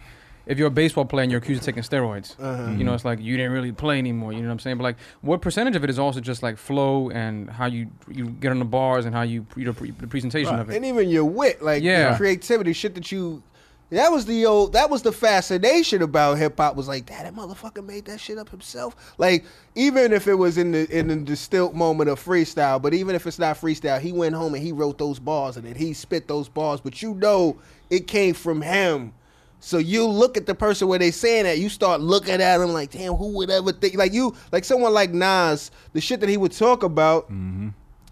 Speaker 4: if you're a baseball player and you're accused of taking steroids,
Speaker 3: Uh-huh.
Speaker 4: you know, it's like you didn't really play anymore. You know what I'm saying? But like, what percentage of it is also just like flow and how you you get on the bars and how you you know, pre- the presentation of it.
Speaker 3: and even your wit, like your
Speaker 4: Yeah.
Speaker 3: creativity, shit that you. That was the old. That was the fascination about hip hop. Was like that. That motherfucker made that shit up himself. Like even if it was in the in the distilled moment of freestyle, but even if it's not freestyle, he went home and he wrote those bars and then he spit those bars. But you know, it came from him. So you look at the person where they saying that, you start looking at them like, damn, who would ever think like you like someone like Nas, the shit that he would talk about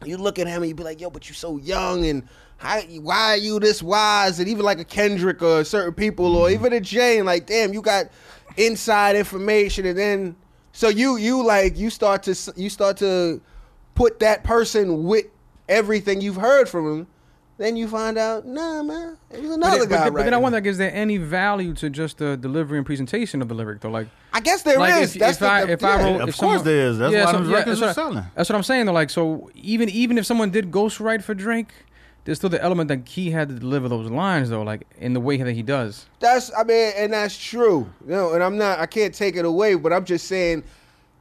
Speaker 3: you look at him and you be like, yo, but you so young and how, why are you this wise? And even like a Kendrick or certain people or
Speaker 4: Mm-hmm.
Speaker 3: even a Jane, like, damn, you got inside information. And then, so you, you like, you start to, s- you start to put that person with everything you've heard from him. Then you find out, nah, man, it was
Speaker 4: But,
Speaker 3: another
Speaker 4: it- but
Speaker 3: guy.
Speaker 4: th- but then I
Speaker 3: writing
Speaker 4: wonder, like, is there any value to just the delivery and presentation of the lyric though? Like,
Speaker 3: it. I guess there is.
Speaker 4: like if,
Speaker 3: That's
Speaker 4: if
Speaker 3: the-
Speaker 4: I
Speaker 3: the-
Speaker 4: if I
Speaker 3: yeah.
Speaker 4: wrote,
Speaker 5: Of
Speaker 4: if
Speaker 5: course
Speaker 4: someone,
Speaker 5: there is. That's why
Speaker 4: so-
Speaker 5: those records
Speaker 4: that's
Speaker 5: are
Speaker 4: what I-
Speaker 5: selling.
Speaker 4: That's what I'm saying though. Like, so even even if someone did ghostwrite for Drake, there's still the element that he had to deliver those lines though, like in the way that he does.
Speaker 3: That's I mean, and that's true. You know, and I'm not I can't take it away, but I'm just saying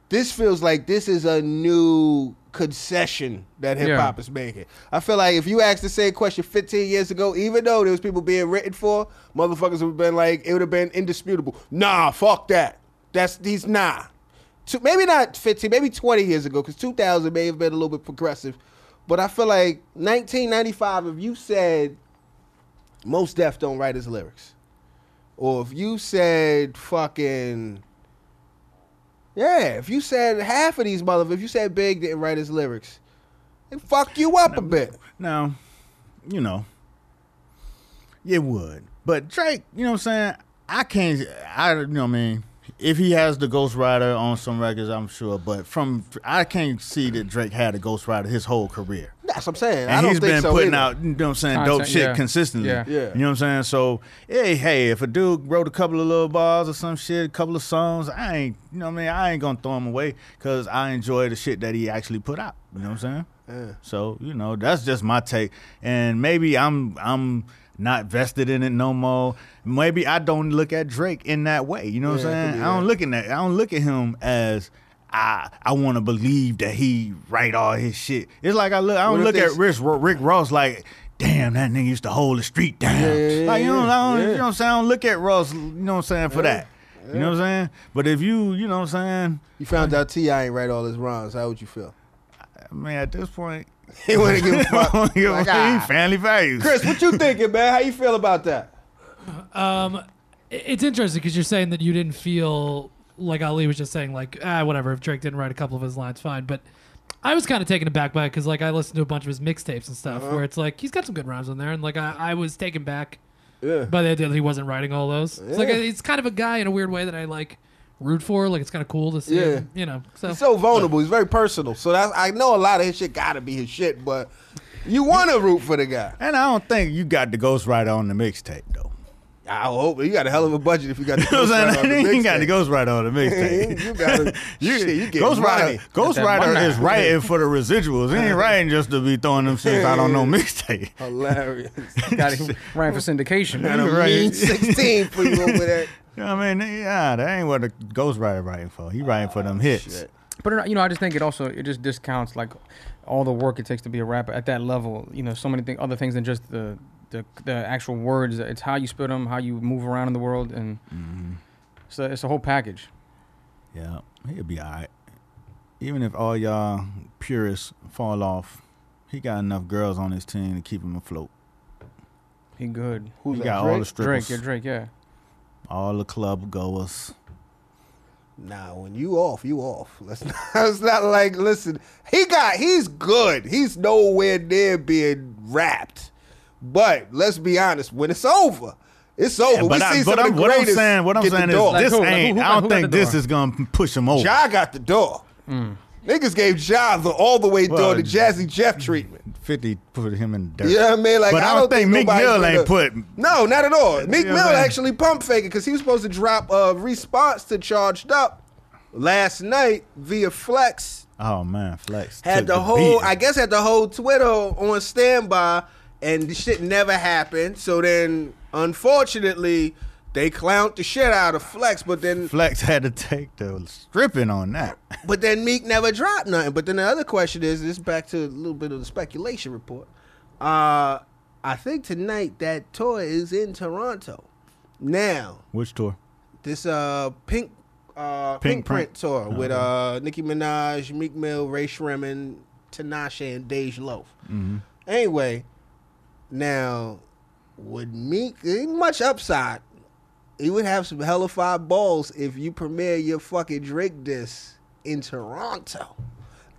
Speaker 3: this feels like this is a new concession that hip hop
Speaker 4: Yeah.
Speaker 3: is making. I feel like if you asked the same question 15 years ago, even though there was people being written for, motherfuckers would have been like, it would have been indisputable. Nah, fuck that. That's these nah. Two, maybe not 15, maybe 20 years ago, because 2000 may have been a little bit progressive. But I feel like 1995, if you said most Def don't write his lyrics. Or if you said fucking Yeah, if you said half of these motherfuckers, if you said Big didn't write his lyrics, it fuck you up a bit.
Speaker 5: Now, you know, it would. But Drake, you know what I'm saying? I can't, I, you know what I mean? If he has the Ghost Rider on some records, I'm sure. But from, I can't see that Drake had a Ghost Rider his whole career.
Speaker 3: That's what I'm saying. I
Speaker 5: And
Speaker 3: don't
Speaker 5: he's
Speaker 3: think
Speaker 5: been
Speaker 3: so
Speaker 5: putting
Speaker 3: either.
Speaker 5: out, you know what I'm saying, dope
Speaker 4: Content,
Speaker 5: shit
Speaker 4: yeah.
Speaker 5: consistently.
Speaker 4: Yeah.
Speaker 3: Yeah.
Speaker 5: You know what I'm saying? So, hey, hey, if a dude wrote a couple of little bars or some shit, a couple of songs, I ain't, you know what I mean? I ain't gonna throw him away because I enjoy the shit that he actually put out. You know what I'm saying? So, you know, that's just my take. And maybe I'm, I'm, not vested in it no more. Maybe I don't look at Drake in that way. You know what
Speaker 3: Yeah, it could
Speaker 5: I'm
Speaker 3: be
Speaker 5: saying?
Speaker 3: that.
Speaker 5: I don't look at that. I don't look at him as I I want to believe that he write all his shit. It's like I look. I
Speaker 3: What
Speaker 5: don't
Speaker 3: if
Speaker 5: look
Speaker 3: they
Speaker 5: at
Speaker 3: s-
Speaker 5: Rick, Rick Ross like, damn, that nigga used to hold the street down.
Speaker 3: yeah,
Speaker 5: like you know, I don't,
Speaker 3: yeah.
Speaker 5: you know what I'm saying? I don't look at Ross. You know what I'm saying for that. You know what I'm saying? But if you, you know what I'm saying?
Speaker 3: You found out T I ain't write all his rhymes. How would you feel?
Speaker 5: I mean, at this point,
Speaker 3: He wouldn't give a
Speaker 5: I
Speaker 3: fuck.
Speaker 5: don't give a
Speaker 3: Like,
Speaker 5: fuck.
Speaker 3: ah.
Speaker 5: He family values.
Speaker 3: Chris, what you thinking, man? How you feel about that?
Speaker 8: It- Um, It's interesting because you're saying that you didn't feel like Ali was just saying like ah whatever if Drake didn't write a couple of his lines fine but I was kind of taken aback by it because like I listened to a bunch of his mixtapes and stuff
Speaker 3: Uh-huh.
Speaker 8: where it's like he's got some good rhymes on there and like I, I was taken back
Speaker 3: Yeah.
Speaker 8: by the idea that he wasn't writing all those it's like it's kind of a guy in a weird way that I like root for like it's kind of cool to see
Speaker 3: Yeah.
Speaker 8: him, you know so,
Speaker 3: He's so vulnerable. He's very personal. So that's I know a lot of his shit gotta be his shit, but you wanna root for the guy.
Speaker 5: And I don't think you got the Ghost Rider on the mixtape though.
Speaker 3: I hope you got a hell of a budget if you got the
Speaker 5: You know
Speaker 3: Ghost
Speaker 5: what
Speaker 3: Rider
Speaker 5: I'm
Speaker 3: on the
Speaker 5: saying? You ain't got
Speaker 3: mixtape.
Speaker 5: the Ghost Rider on the mixtape.
Speaker 3: you gotta shit, you get
Speaker 5: Ghost
Speaker 3: money.
Speaker 5: Rider, Ghost
Speaker 4: Get that
Speaker 5: Rider
Speaker 4: money.
Speaker 5: is writing for the residuals. He ain't writing just to be throwing them shits out on no mixtape.
Speaker 3: Hilarious.
Speaker 4: Got it. Ran for syndication.
Speaker 5: Right.
Speaker 3: Mean 16 for you over there.
Speaker 5: You know what I mean? Yeah, that ain't what the Ghost Rider writing for. He writing for
Speaker 3: Ah,
Speaker 5: them hits.
Speaker 4: But you know, I just think it also it just discounts like all the work it takes to be a rapper at that level. You know, so many thing, other things than just the, the the actual words. It's how you spit them, how you move around in the world, and
Speaker 5: Mm-hmm.
Speaker 4: so it's a whole package.
Speaker 5: Yeah, he'll be all right. Even if all y'all purists fall off, he got enough girls on his team to keep him afloat.
Speaker 4: He good.
Speaker 5: He
Speaker 3: that,
Speaker 5: got all the
Speaker 3: Drake?
Speaker 5: strippers,
Speaker 4: Drake, yeah, Drake, yeah.
Speaker 5: all the club goers.
Speaker 3: Nah, when you off, you off. Let's not, it's not like listen. He got he's good. He's nowhere near being wrapped. But let's be honest, when it's over, it's over.
Speaker 5: but
Speaker 3: we
Speaker 5: I,
Speaker 3: see
Speaker 5: but
Speaker 3: some
Speaker 5: I'm,
Speaker 3: of the
Speaker 5: what I'm
Speaker 3: greatest
Speaker 5: saying, what I'm
Speaker 3: get the
Speaker 5: saying is,
Speaker 3: door.
Speaker 5: this
Speaker 4: who? Like,
Speaker 5: ain't.
Speaker 4: who- who
Speaker 5: I don't
Speaker 4: got the
Speaker 5: think this
Speaker 4: door?
Speaker 5: is gonna push him over.
Speaker 3: Ja got the door. Niggas gave Ja the all the way door
Speaker 5: Mm. Well,
Speaker 3: the Jazzy Jeff treatment.
Speaker 5: Fifty put him in the dirt.
Speaker 3: You know what I mean? Like,
Speaker 5: But
Speaker 3: I don't think,
Speaker 5: Meek
Speaker 3: nobody's
Speaker 5: Mill ain't
Speaker 3: gonna-
Speaker 5: put.
Speaker 3: No, not at all. Meek
Speaker 5: know
Speaker 3: Mill
Speaker 5: what I'm saying?
Speaker 3: actually pump faking because he was supposed to drop a response to Charged Up last night via Flex.
Speaker 5: Oh man, flex
Speaker 3: Had
Speaker 5: took
Speaker 3: the whole,
Speaker 5: beat.
Speaker 3: I guess, had the whole Twitter on standby, and the shit never happened. So then, unfortunately, they clowned the shit out of Flex. But then,
Speaker 5: Flex had to take the stripping on that.
Speaker 3: But then Meek never dropped nothing. But then the other question is this is back to a little bit of the speculation report. Uh I think tonight that tour is in Toronto. Now,
Speaker 5: Which tour?
Speaker 3: this uh pink uh
Speaker 5: Pink
Speaker 3: pink, print,
Speaker 5: Print.
Speaker 3: tour
Speaker 4: Oh,
Speaker 3: with uh Nicki Minaj, Meek Mill, Ray Shremmin, Tinashe, and Dej Loaf.
Speaker 4: Mm-hmm.
Speaker 3: Anyway, now would Meek ain't much upside? He would have some hella five balls if you premiere your fucking Drake disc in Toronto.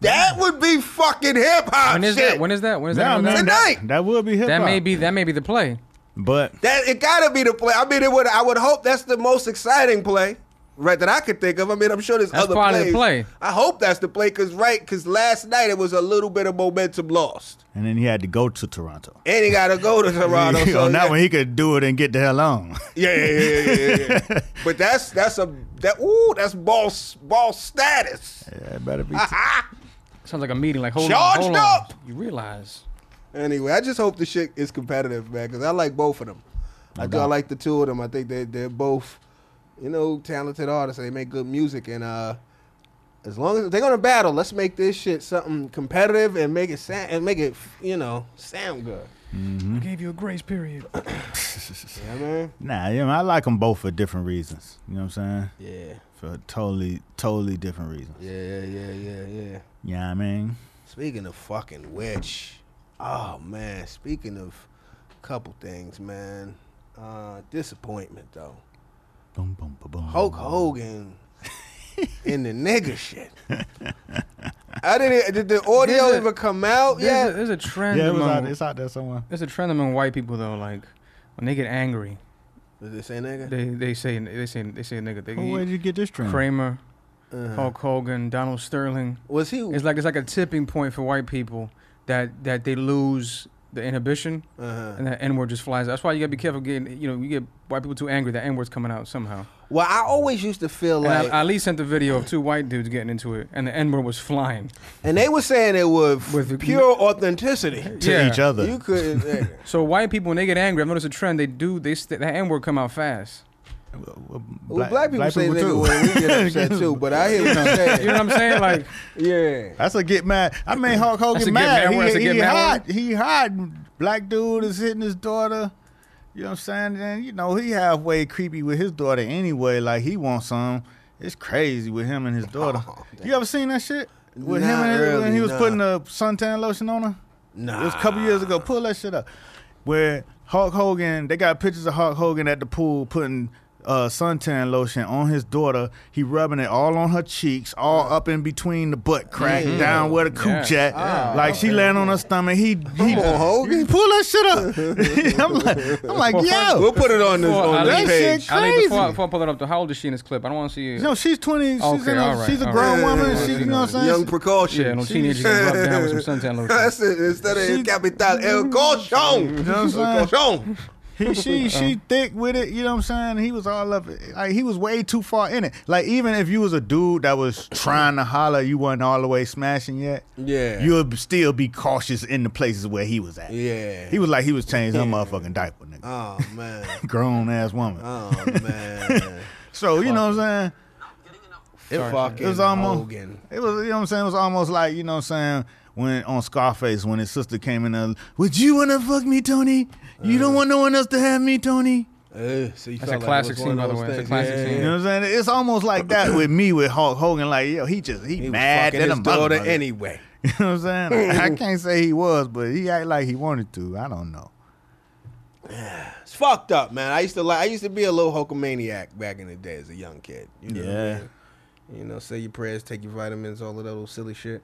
Speaker 3: That would be fucking hip hop
Speaker 4: When is
Speaker 3: shit.
Speaker 4: that? When is that? When is
Speaker 5: Nah,
Speaker 4: that?
Speaker 5: man,
Speaker 4: that?
Speaker 5: that-
Speaker 3: Tonight!
Speaker 5: That, would be hip
Speaker 4: That may be that may be the play.
Speaker 5: But
Speaker 3: That it gotta be the play. I mean, it would. I would hope that's the most exciting play, right? That I could think of. I mean, I'm sure there's
Speaker 4: That's
Speaker 3: other
Speaker 4: probably the
Speaker 3: plays.
Speaker 4: play.
Speaker 3: I hope that's the play, cause right, cause last night it was a little bit of momentum lost,
Speaker 5: and then he had to go to Toronto.
Speaker 3: and he gotta go to Toronto. so
Speaker 5: on that
Speaker 3: Oh, yeah.
Speaker 5: one, he could do it and get the hell on.
Speaker 3: yeah, yeah, yeah, yeah, yeah, yeah. But that's that's a that ooh, that's boss boss status.
Speaker 5: yeah, it better be.
Speaker 4: Sounds like a meeting. Like hold
Speaker 3: Charged
Speaker 4: on, hold
Speaker 3: up!
Speaker 4: on. You realize
Speaker 3: Anyway, I just hope the shit is competitive, man, because I like both of them. I do. I like the two of them. I think they they're both, you know, talented artists. They make good music, and uh, as long as they're gonna battle, let's make this shit something competitive and make it sound and make it you know sound good.
Speaker 5: Mm-hmm.
Speaker 8: I gave you a grace period.
Speaker 3: Yeah, man.
Speaker 5: nah, you know, I like them both for different reasons. You know what I'm saying?
Speaker 3: Yeah,
Speaker 5: For totally, totally different reasons.
Speaker 3: yeah, yeah, yeah, yeah.
Speaker 5: You know what I mean?
Speaker 3: Speaking of fucking which, oh man. Speaking of couple things, man. Uh, disappointment though.
Speaker 5: Boom, boom, boom, boom.
Speaker 3: Hulk Hogan in the nigga shit. I didn't. e, Did the audio
Speaker 4: There's a-
Speaker 3: even come out
Speaker 4: there's, a,
Speaker 3: yet?
Speaker 4: there's a trend.
Speaker 5: Yeah, it was
Speaker 4: among-
Speaker 5: out, it's out there somewhere.
Speaker 4: there's a trend among white people though. Like when they get angry,
Speaker 3: Did it say nigga?
Speaker 4: they they say they say they say nigga. They,
Speaker 5: Well, where did you get this trend?
Speaker 4: Kramer, Hulk Hogan, Donald Sterling.
Speaker 3: Uh-huh. Was he?
Speaker 4: It's like it's like a tipping point for white people that that they lose the inhibition
Speaker 3: Uh-huh.
Speaker 4: and that N word just flies. out. That's why you gotta be careful getting you know you get white people too angry that N word's coming out somehow.
Speaker 3: Well, I always used to feel
Speaker 4: And
Speaker 3: like,
Speaker 4: I, I at least sent the video of two white dudes getting into it and the N word was flying.
Speaker 3: and they were saying it was
Speaker 4: With-
Speaker 3: pure authenticity.
Speaker 5: To each other.
Speaker 3: You couldn't. nigga.
Speaker 4: So white people when they get angry, I've noticed a trend. They do they st- that N word come out fast.
Speaker 5: Well,
Speaker 3: Well, black, people say nigga when we get upset too, but I hear what you're
Speaker 4: You know
Speaker 3: saying.
Speaker 4: what I'm saying? Like
Speaker 3: Yeah.
Speaker 5: That's a get mad. I mean, Hulk Hogan
Speaker 4: That's a get
Speaker 5: mad.
Speaker 4: mad one. That's a
Speaker 5: He,
Speaker 4: get
Speaker 5: he
Speaker 4: mad
Speaker 5: hot. He hot. Black dude is hitting his daughter. You know what I'm saying? Then you know he halfway creepy with his daughter anyway. Like he wants some. It's crazy with him and his daughter.
Speaker 4: Oh,
Speaker 5: you ever seen that shit with him
Speaker 3: Not
Speaker 5: and his, when
Speaker 3: really,
Speaker 5: he was
Speaker 3: nah.
Speaker 5: putting the suntan lotion on her? It was a couple years ago. Pull that shit up. Where Hulk Hogan, they got pictures of Hulk Hogan at the pool putting uh, suntan lotion on his daughter. He rubbing it all on her cheeks, all up in between the butt crack,
Speaker 3: Mm-hmm. Yeah. Ah,
Speaker 5: down where the cooch
Speaker 4: Yeah.
Speaker 5: at. like she laying on her stomach. He, he
Speaker 3: on, Hogan.
Speaker 5: pull that shit up. I'm like, I'm like,
Speaker 3: We'll
Speaker 5: yo,
Speaker 3: put it on this
Speaker 4: Well,
Speaker 3: on
Speaker 4: I
Speaker 3: this
Speaker 5: like-
Speaker 3: page.
Speaker 5: Shit
Speaker 4: I
Speaker 5: crazy.
Speaker 4: think before, before I pull that up, how old is she in this clip? I don't want to see you.
Speaker 5: no, she's twenty. She's,
Speaker 4: Okay,
Speaker 5: in a,
Speaker 4: all right,
Speaker 5: she's a
Speaker 4: all
Speaker 5: grown
Speaker 4: right.
Speaker 5: woman.
Speaker 4: Yeah,
Speaker 5: She, you know what I'm saying?
Speaker 3: Young precaution.
Speaker 4: yeah, no teenagers get rubbed down with some suntan lotion.
Speaker 3: That's it. Instead of
Speaker 5: She-
Speaker 3: El Capital, El Colchon.
Speaker 5: know what I'm saying?
Speaker 3: El Colchon.
Speaker 5: He, she
Speaker 3: Uh-huh.
Speaker 5: she thick with it, you know what I'm saying? He was all up like he was way too far in it. Like even if you was a dude that was trying to holler, you wasn't all the way smashing yet.
Speaker 3: Yeah.
Speaker 5: You'll still be cautious in the places where he was at.
Speaker 3: Yeah.
Speaker 5: He was like he was changing her motherfucking diaper, nigga.
Speaker 3: Oh man.
Speaker 5: Grown ass woman.
Speaker 3: Oh man.
Speaker 5: so you know what I'm saying?
Speaker 3: It fucking
Speaker 5: It was almost
Speaker 3: Hogan.
Speaker 5: it was you know what I'm saying? It was almost like, you know what I'm saying, when on Scarface when his sister came in there, would you wanna fuck me, Tony? You don't want no one else to have me, Tony?
Speaker 3: Ugh, so you felt
Speaker 4: That's a
Speaker 3: like it
Speaker 4: classic
Speaker 3: was one
Speaker 4: scene, by
Speaker 3: of
Speaker 4: the
Speaker 3: those
Speaker 4: way. It's a
Speaker 3: things.
Speaker 4: classic
Speaker 3: Yeah,
Speaker 4: scene.
Speaker 5: You know what I'm saying? It's almost like that with me with Hulk Hogan. Like, yo, he just he,
Speaker 3: He was
Speaker 5: mad
Speaker 3: fucking
Speaker 5: at a
Speaker 3: his daughter
Speaker 5: motherfucker.
Speaker 3: anyway.
Speaker 5: You know what I'm saying? I can't say he was, but he act like he wanted to. I don't know.
Speaker 3: It's fucked up, man. I used to like. I used to be a little Hulkamaniac back in the day as a young kid. You know what I
Speaker 5: Yeah.
Speaker 3: mean? You know, say your prayers, take your vitamins, all of that old silly shit.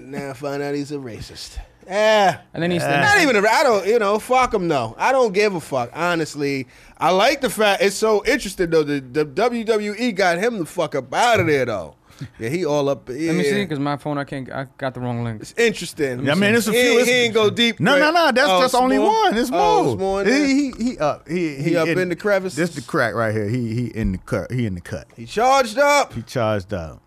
Speaker 3: now I find out he's a racist. Yeah.
Speaker 4: And then he's
Speaker 5: Uh,
Speaker 3: Not even. A, I don't. You know. Fuck him. No. I don't give a fuck. Honestly, I like the fact. It's so interesting though. The, the WWE got him the fuck up out of there though. Yeah, he all up. Yeah.
Speaker 4: Let me see, because my phone, I can't. I got the wrong link.
Speaker 3: It's interesting.
Speaker 5: I mean, it's a
Speaker 3: He,
Speaker 5: few-
Speaker 3: ain't-
Speaker 5: it's-
Speaker 3: he ain't go deep.
Speaker 5: No,
Speaker 3: but-
Speaker 5: no, no. That's
Speaker 3: Oh,
Speaker 5: just only
Speaker 3: more?
Speaker 5: one. It's more.
Speaker 3: Oh, it's more in there?
Speaker 5: he, he, he up. He, he,
Speaker 3: He up in the crevices?
Speaker 5: This the crack right here. He he in the cut. He in the cut.
Speaker 3: He charged up.
Speaker 5: He charged up.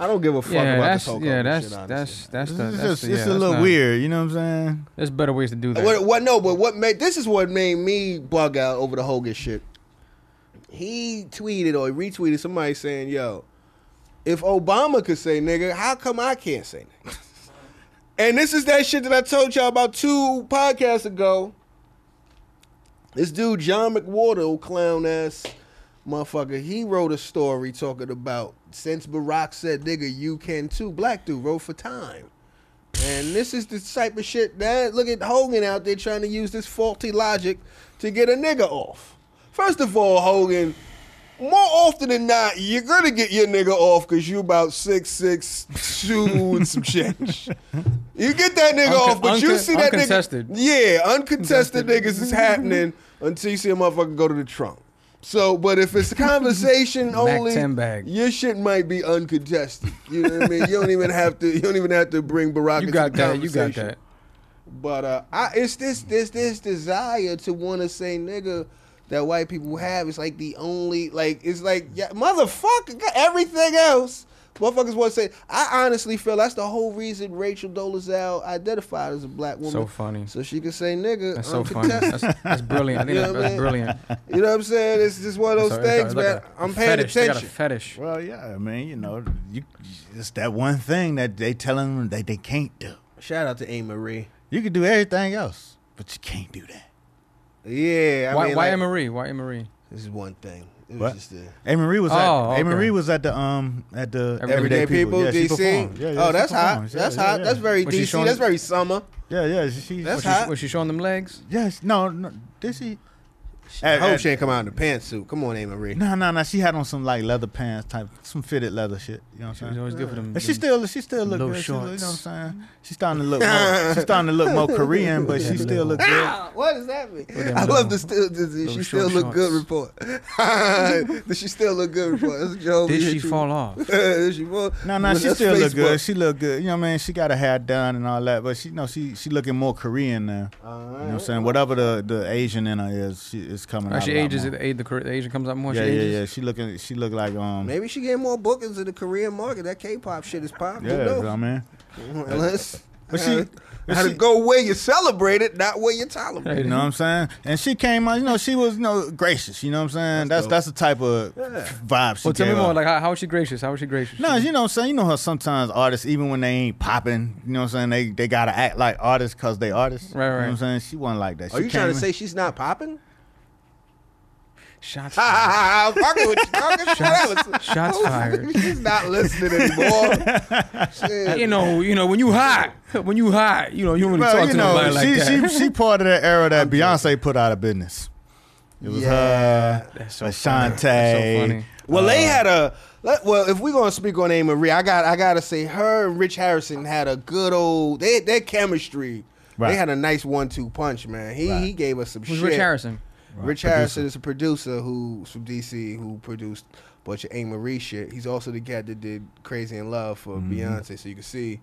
Speaker 3: I don't give a fuck
Speaker 4: Yeah,
Speaker 3: about
Speaker 4: that's
Speaker 3: the Hulk
Speaker 4: yeah,
Speaker 3: Hogan
Speaker 4: that's
Speaker 3: shit, honestly.
Speaker 4: that's that's the.
Speaker 5: It's
Speaker 4: That's
Speaker 5: just
Speaker 4: the,
Speaker 5: it's
Speaker 4: yeah,
Speaker 5: a
Speaker 4: that's
Speaker 5: little
Speaker 4: not-
Speaker 5: weird. You know what I'm saying?
Speaker 4: There's better ways to do that.
Speaker 3: What, what? No, but what made this is what made me bug out over the Hogan shit. He tweeted or retweeted somebody saying, "Yo, if Obama could say nigga, how come I can't say nigga?" and this is that shit that I told y'all about two podcasts ago. This dude John McWhorter, old clown ass motherfucker, he wrote a story talking about since Barack said nigga, you can too. Black dude wrote for Time. And this is the type of shit that look at Hogan out there trying to use this faulty logic to get a nigga off. First of all, Hogan, more often than not, you're gonna get your nigga off because you about six six two and some change. You get that nigga
Speaker 4: Unco-
Speaker 3: off, but you
Speaker 4: unco-
Speaker 3: see that
Speaker 4: uncontested.
Speaker 3: nigga. Yeah, uncontested niggas is happening until you see a motherfucker go to the trunk. So, but if it's a conversation only,
Speaker 4: 10 bag.
Speaker 3: your shit might be uncontested. You know what I mean? You don't even have to. You don't even have to bring Barack.
Speaker 4: You
Speaker 3: into
Speaker 4: got
Speaker 3: the
Speaker 4: that. You got
Speaker 3: conversation.
Speaker 4: that.
Speaker 3: But uh, I, it's this this this desire to want to say nigga that white people have. It's like the only like it's like yeah, motherfucker. got Everything else, motherfuckers want to say. I honestly feel that's the whole reason Rachel Dolezal identified as a black woman.
Speaker 4: So funny.
Speaker 3: So she can say nigga.
Speaker 4: That's so funny.
Speaker 3: uncontested.
Speaker 4: That's, that's brilliant. I think
Speaker 3: You
Speaker 4: that,
Speaker 3: know what I
Speaker 4: that's
Speaker 3: mean?
Speaker 4: brilliant.
Speaker 3: You know what I'm saying? It's just one of those
Speaker 4: That's a-
Speaker 3: things,
Speaker 4: it's like
Speaker 3: man.
Speaker 4: a
Speaker 3: I'm paying
Speaker 4: fetish. They got a
Speaker 3: attention.
Speaker 4: fetish.
Speaker 5: Well, yeah. I mean, you know, you it's that one thing that they telling them that they can't do.
Speaker 3: Shout out to A. Marie.
Speaker 5: You can do everything else, but you can't do that.
Speaker 3: Yeah, I
Speaker 4: why
Speaker 3: mean,
Speaker 4: why
Speaker 3: like,
Speaker 4: Anne Marie? Why Anne Marie?
Speaker 3: This is one thing. It was
Speaker 5: What?
Speaker 3: just a,
Speaker 5: A Marie was at
Speaker 4: Oh,
Speaker 5: A
Speaker 4: okay.
Speaker 5: Marie was at the um at the
Speaker 4: Everyday
Speaker 5: Everyday,
Speaker 3: people,
Speaker 5: People, Yeah, she
Speaker 3: DC.
Speaker 5: performed. Yeah, yeah,
Speaker 3: oh,
Speaker 5: she
Speaker 3: that's hot.
Speaker 5: performed. Yeah,
Speaker 3: That's
Speaker 5: yeah,
Speaker 3: hot.
Speaker 5: yeah.
Speaker 3: That's very
Speaker 4: Was she
Speaker 3: DC.
Speaker 4: showing-
Speaker 3: that's very summer.
Speaker 5: Yeah, yeah. She, she,
Speaker 3: That's
Speaker 5: that's
Speaker 3: hot.
Speaker 4: Was she showing them legs?
Speaker 5: Yes. No. No. Did she?
Speaker 3: I
Speaker 5: At-
Speaker 3: hope
Speaker 5: at-
Speaker 3: she ain't come out in a pantsuit. Come on, A. Marie.
Speaker 5: No, no, no. She had on some like leather pants type, some fitted leather shit. You know what
Speaker 4: She
Speaker 5: I'm
Speaker 4: was
Speaker 5: saying?
Speaker 4: always good for them.
Speaker 5: And she
Speaker 4: them-
Speaker 5: still, she still look
Speaker 4: Little
Speaker 5: good. She look- you know
Speaker 4: shorts.
Speaker 5: what I'm saying? She's starting to look more. she's starting to look more Korean, but she still look good.
Speaker 3: Ah, what does that mean?
Speaker 4: them
Speaker 3: I love
Speaker 4: little-
Speaker 3: the still. Does she
Speaker 4: little
Speaker 3: still
Speaker 4: short
Speaker 3: look good?
Speaker 4: shorts.
Speaker 3: Report. does she still look good? Report. That's a joke.
Speaker 4: Did she fall off?
Speaker 3: Did she fall?
Speaker 5: No, no,
Speaker 3: Well,
Speaker 5: she
Speaker 3: that's
Speaker 5: still look good.
Speaker 3: Facebook.
Speaker 5: She look good. You know what I mean? She got her hair done and all that, but she, you know, she she looking more Korean now. you know what I'm saying? Whatever the the Asian in her is, she is coming out.
Speaker 4: Oh, She
Speaker 5: a lot
Speaker 4: ages.
Speaker 5: more.
Speaker 4: The, the, Kor- the Asian comes out more.
Speaker 5: Yeah,
Speaker 4: she
Speaker 5: yeah,
Speaker 4: ages.
Speaker 5: yeah. She looking, she look like um.
Speaker 3: Maybe she getting more bookings in the Korean market. That K-pop shit is popping.
Speaker 5: Yeah, you know what I mean.
Speaker 3: Unless,
Speaker 5: But she, but
Speaker 3: how to
Speaker 5: she-
Speaker 3: go where you celebrate it, not where you tolerate
Speaker 5: You
Speaker 3: it.
Speaker 5: know what I'm saying? And she came out, you know, she was, you know, gracious. You know what I'm saying? That's that's, the type of vibe she
Speaker 4: Well, tell me
Speaker 5: gave
Speaker 4: more.
Speaker 5: off.
Speaker 4: Like, how, how is she gracious? How is she gracious?
Speaker 5: No, you know what I'm saying? You know how sometimes artists, even when they ain't popping, you know what I'm saying? They they gotta act like artists because they artists.
Speaker 4: Right,
Speaker 5: You know what I'm
Speaker 4: right.
Speaker 5: saying? She wasn't like that.
Speaker 3: Are
Speaker 5: She
Speaker 3: you trying to
Speaker 5: came
Speaker 3: say she's not popping?
Speaker 4: shots.
Speaker 3: Ha ha ha!
Speaker 4: fired.
Speaker 3: I'm fucking with you. Talking shit. I was-
Speaker 4: Shots fired.
Speaker 3: She's not listening anymore. Shit.
Speaker 4: You know, you know, when you hot, when you hot, you know, you don't
Speaker 5: in-
Speaker 4: really
Speaker 5: Well,
Speaker 4: talk
Speaker 5: you
Speaker 4: to
Speaker 5: know,
Speaker 4: nobody like
Speaker 5: she,
Speaker 4: that.
Speaker 5: she she part of that era that Beyonce put out of business. It was her,
Speaker 4: That's so funny.
Speaker 5: Ashante.
Speaker 4: That's so funny.
Speaker 3: Well, they had a. let- well, if we're gonna speak on A. Marie, I got I gotta say her and Rich Harrison had a good old. They their chemistry.
Speaker 5: Right.
Speaker 3: They had a nice one-two punch, man. He he gave us some
Speaker 4: Who's
Speaker 3: shit.
Speaker 4: Rich Harrison?
Speaker 3: Rich Harrison is a producer who's from DC who produced a bunch of A. Marie shit. He's also the guy that did Crazy in Love for
Speaker 5: Mm-hmm.
Speaker 3: Beyonce, so you can see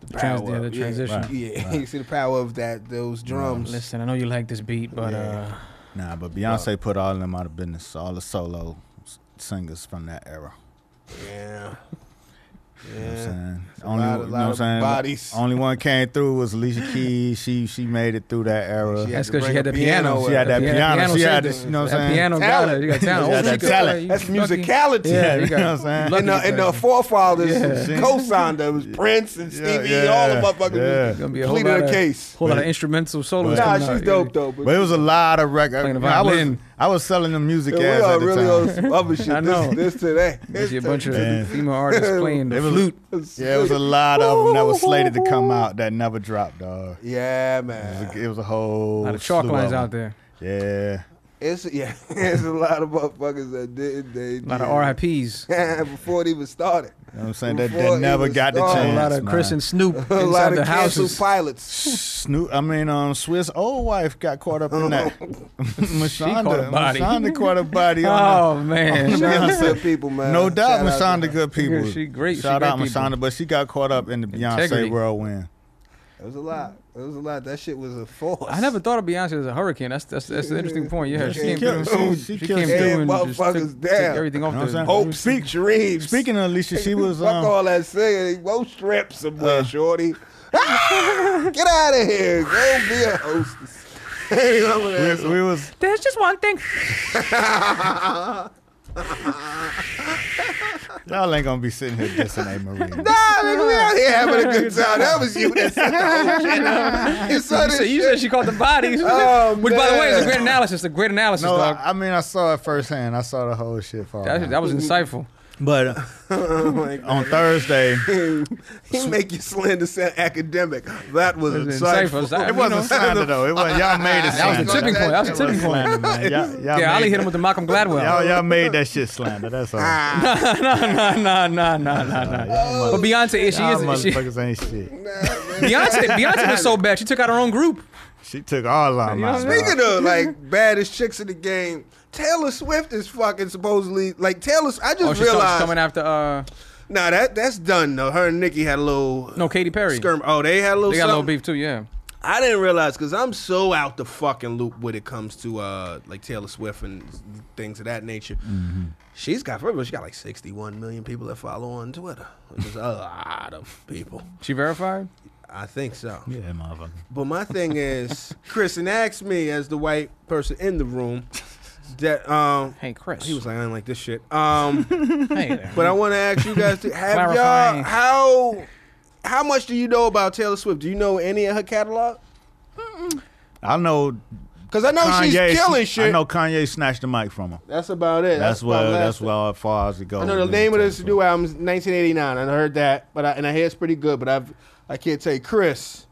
Speaker 3: the power.
Speaker 4: trans- yeah,
Speaker 3: of-
Speaker 4: the transition.
Speaker 3: Yeah, yeah. you see the power of that those drums.
Speaker 4: Listen, I know you like this beat, but uh,
Speaker 5: Nah, but Beyonce put all of them out of business. All the solo s- singers from that era.
Speaker 3: Yeah.
Speaker 5: You
Speaker 3: Yeah.
Speaker 5: know what I'm saying? Only,
Speaker 3: lot- a
Speaker 5: you know
Speaker 3: lot
Speaker 5: what I'm
Speaker 3: of
Speaker 5: saying?
Speaker 3: bodies.
Speaker 5: Only one came through was Alicia Keys. She she made it through that era.
Speaker 3: She
Speaker 5: She
Speaker 3: had
Speaker 5: had,
Speaker 4: that's
Speaker 3: to
Speaker 4: because
Speaker 3: bring
Speaker 4: she had
Speaker 3: a
Speaker 4: that piano.
Speaker 3: piano
Speaker 4: with-
Speaker 3: had
Speaker 4: the
Speaker 5: that
Speaker 4: pia-
Speaker 5: piano. she had,
Speaker 4: saved
Speaker 5: this,
Speaker 4: it.
Speaker 5: you know what I'm
Speaker 4: That
Speaker 5: saying?
Speaker 4: piano
Speaker 3: Talent.
Speaker 4: got it. You got talent.
Speaker 5: She had
Speaker 4: Oh,
Speaker 5: that
Speaker 4: you got-
Speaker 5: talent.
Speaker 4: you
Speaker 3: That's
Speaker 4: lucky.
Speaker 3: musicality.
Speaker 4: Yeah,
Speaker 5: you
Speaker 4: you
Speaker 5: know what I'm
Speaker 4: got.
Speaker 5: saying?
Speaker 4: lucky
Speaker 3: And the,
Speaker 4: you
Speaker 3: and
Speaker 4: got
Speaker 3: the
Speaker 4: it.
Speaker 3: forefathers
Speaker 5: Yeah.
Speaker 3: co-signed them was Prince and
Speaker 5: Yeah,
Speaker 3: Stevie
Speaker 5: yeah,
Speaker 3: E, all the
Speaker 5: yeah.
Speaker 3: motherfuckers
Speaker 5: Yeah.
Speaker 3: who
Speaker 4: Gonna be a whole
Speaker 3: completed
Speaker 4: lot
Speaker 3: a
Speaker 4: of-
Speaker 3: case.
Speaker 4: Whole lot
Speaker 5: But-
Speaker 4: of instrumental solos.
Speaker 3: Nah,
Speaker 4: coming out.
Speaker 3: she's
Speaker 4: You
Speaker 3: dope
Speaker 4: gotta-
Speaker 3: though. But,
Speaker 5: But it was a lot of records.
Speaker 4: Playing the
Speaker 5: I was
Speaker 4: violin.
Speaker 5: I was selling them music
Speaker 3: we
Speaker 5: ass
Speaker 3: are
Speaker 5: at the
Speaker 3: really on
Speaker 5: time.
Speaker 3: some other shit.
Speaker 4: I know.
Speaker 3: This, this today.
Speaker 4: I see a
Speaker 3: This
Speaker 4: bunch of
Speaker 5: Man.
Speaker 4: female artists playing the
Speaker 5: It was-
Speaker 4: flute.
Speaker 5: Yeah, it was a lot of them that was slated to come out that never dropped, dog.
Speaker 3: Yeah,
Speaker 5: It was
Speaker 3: man.
Speaker 5: a, it was a whole
Speaker 4: A lot of chalk
Speaker 5: slew
Speaker 4: lines
Speaker 5: of
Speaker 4: out
Speaker 5: them.
Speaker 4: there.
Speaker 5: Yeah.
Speaker 3: It's yeah, it's a lot of motherfuckers that did they
Speaker 4: A lot
Speaker 3: did.
Speaker 4: of RIPs.
Speaker 3: before it even started.
Speaker 5: You know what I'm saying? That,
Speaker 3: Before
Speaker 5: that
Speaker 3: it
Speaker 5: never
Speaker 3: was
Speaker 5: got the
Speaker 3: started.
Speaker 5: chance.
Speaker 4: A lot of
Speaker 5: man.
Speaker 4: Chris and Snoop
Speaker 3: A
Speaker 4: inside
Speaker 3: lot
Speaker 4: the
Speaker 3: of canceled
Speaker 4: houses.
Speaker 3: pilots.
Speaker 5: Snoop, I mean, um, Swiss old wife got caught up in that. Mashonda,
Speaker 4: caught a body.
Speaker 5: Mashonda caught a body. On
Speaker 4: Oh man,
Speaker 5: Shout
Speaker 3: Shout out
Speaker 5: out
Speaker 3: to the people,
Speaker 4: Oh,
Speaker 5: the,
Speaker 3: man.
Speaker 5: no doubt,
Speaker 3: Shout out to-
Speaker 5: Mashonda, good people.
Speaker 4: Yeah, she great- she
Speaker 5: Shout
Speaker 4: great
Speaker 5: out
Speaker 4: people.
Speaker 5: Mashonda, but she got caught up in the Beyonce
Speaker 4: Integrity.
Speaker 5: whirlwind.
Speaker 3: It was a lot. It was a lot. That shit was a force.
Speaker 4: I never thought of Beyonce as a hurricane. That's that's that's an interesting point. Yeah, she
Speaker 5: she
Speaker 4: came through.
Speaker 5: killed- she-
Speaker 4: She,
Speaker 5: she
Speaker 4: came
Speaker 5: killed
Speaker 4: through
Speaker 3: some
Speaker 4: and just took,
Speaker 3: motherfuckers
Speaker 4: took
Speaker 3: down.
Speaker 4: everything off
Speaker 5: You know what
Speaker 4: the.
Speaker 5: I'm saying?
Speaker 3: hope, seek, dreams.
Speaker 5: Speaking of Alicia, she was
Speaker 3: Fuck
Speaker 5: um,
Speaker 3: all that singing. Go strip
Speaker 4: Uh.
Speaker 3: somewhere, shorty. Ah, get out of here. Go be a hostess. Hey, I'm an
Speaker 5: we,
Speaker 3: asshole.
Speaker 5: we was
Speaker 4: There's just one thing.
Speaker 5: y'all ain't gonna be sitting here dissing A. Marie.
Speaker 3: Nah, nigga, we out here having a good time. That was you that said that whole shit. up. You saw
Speaker 4: You
Speaker 3: this
Speaker 4: said, you
Speaker 3: shit.
Speaker 4: said she caught the bodies.
Speaker 3: Oh,
Speaker 4: Which, by the way, is a
Speaker 3: man.
Speaker 4: great analysis. A great analysis,
Speaker 5: No,
Speaker 4: dog.
Speaker 5: I, I mean I saw it firsthand. I saw the whole shit fall.
Speaker 4: that,
Speaker 5: down.
Speaker 4: that was insightful.
Speaker 5: but uh,
Speaker 3: Oh my God.
Speaker 5: on Thursday,
Speaker 3: He make you slender sound academic. That was
Speaker 4: It was
Speaker 3: insightful.
Speaker 4: insightful.
Speaker 5: it wasn't slander though. It was y'all made it.
Speaker 4: That
Speaker 5: slander.
Speaker 4: was the tipping point. That was the tipping point.
Speaker 5: slander, man. Y'all, y'all
Speaker 4: Yeah,
Speaker 5: made
Speaker 4: Ali
Speaker 5: it.
Speaker 4: hit him Ah, with the Malcolm Gladwell.
Speaker 5: Y'all, y'all made that shit slander. That's all. Nah,
Speaker 4: nah, nah, nah, nah, nah, nah.
Speaker 5: y'all
Speaker 4: But Beyonce, she
Speaker 5: mother- y'all
Speaker 4: is. She,
Speaker 5: motherfuckers ain't shit.
Speaker 4: Beyonce, Beyonce was so bad. She took out her own group.
Speaker 5: She took all our
Speaker 4: know
Speaker 5: mouth.
Speaker 4: what I mean?
Speaker 5: dog.
Speaker 3: Speaking of like baddest chicks in the game, Taylor Swift is fucking supposedly like Taylor. I just
Speaker 4: Oh, she's coming- she's
Speaker 3: realized.
Speaker 4: coming after. Uh,
Speaker 3: Nah, that that's done though. Her and Nicki had a little
Speaker 4: no, Katy Perry.
Speaker 3: skirm. Oh, they had a little.
Speaker 4: They got a little
Speaker 3: something.
Speaker 4: beef too. Yeah.
Speaker 3: I didn't realize because I'm so out the fucking loop when it comes to uh like Taylor Swift and things of that nature.
Speaker 4: Mm-hmm.
Speaker 3: She's got first of all, she got like 61 million people that follow on Twitter, which is a lot of people.
Speaker 4: She verified.
Speaker 3: I think so.
Speaker 5: Yeah, motherfucker.
Speaker 3: But my thing is, Kristen asked me as the white person in the room that um
Speaker 4: Hey, Chris.
Speaker 3: he was like, I didn't like this shit. Um,
Speaker 4: Hey there.
Speaker 3: but I want to ask you guys to have y'all
Speaker 4: Clarifying.
Speaker 3: how how much do you know about Taylor Swift? Do you know any of her catalog?
Speaker 5: I know
Speaker 3: Because I know
Speaker 5: Kanye.
Speaker 3: she's killing shit.
Speaker 5: I know Kanye snatched the mic from her.
Speaker 3: That's about it.
Speaker 5: That's
Speaker 3: about
Speaker 5: well.
Speaker 3: last
Speaker 5: That's
Speaker 3: thing.
Speaker 5: well as far as it goes.
Speaker 3: I know the
Speaker 5: with
Speaker 3: name of
Speaker 5: Taylor
Speaker 3: this new album is 1989. I heard that, but I, and I hear it's pretty good. But I've I can't tell you, Chris.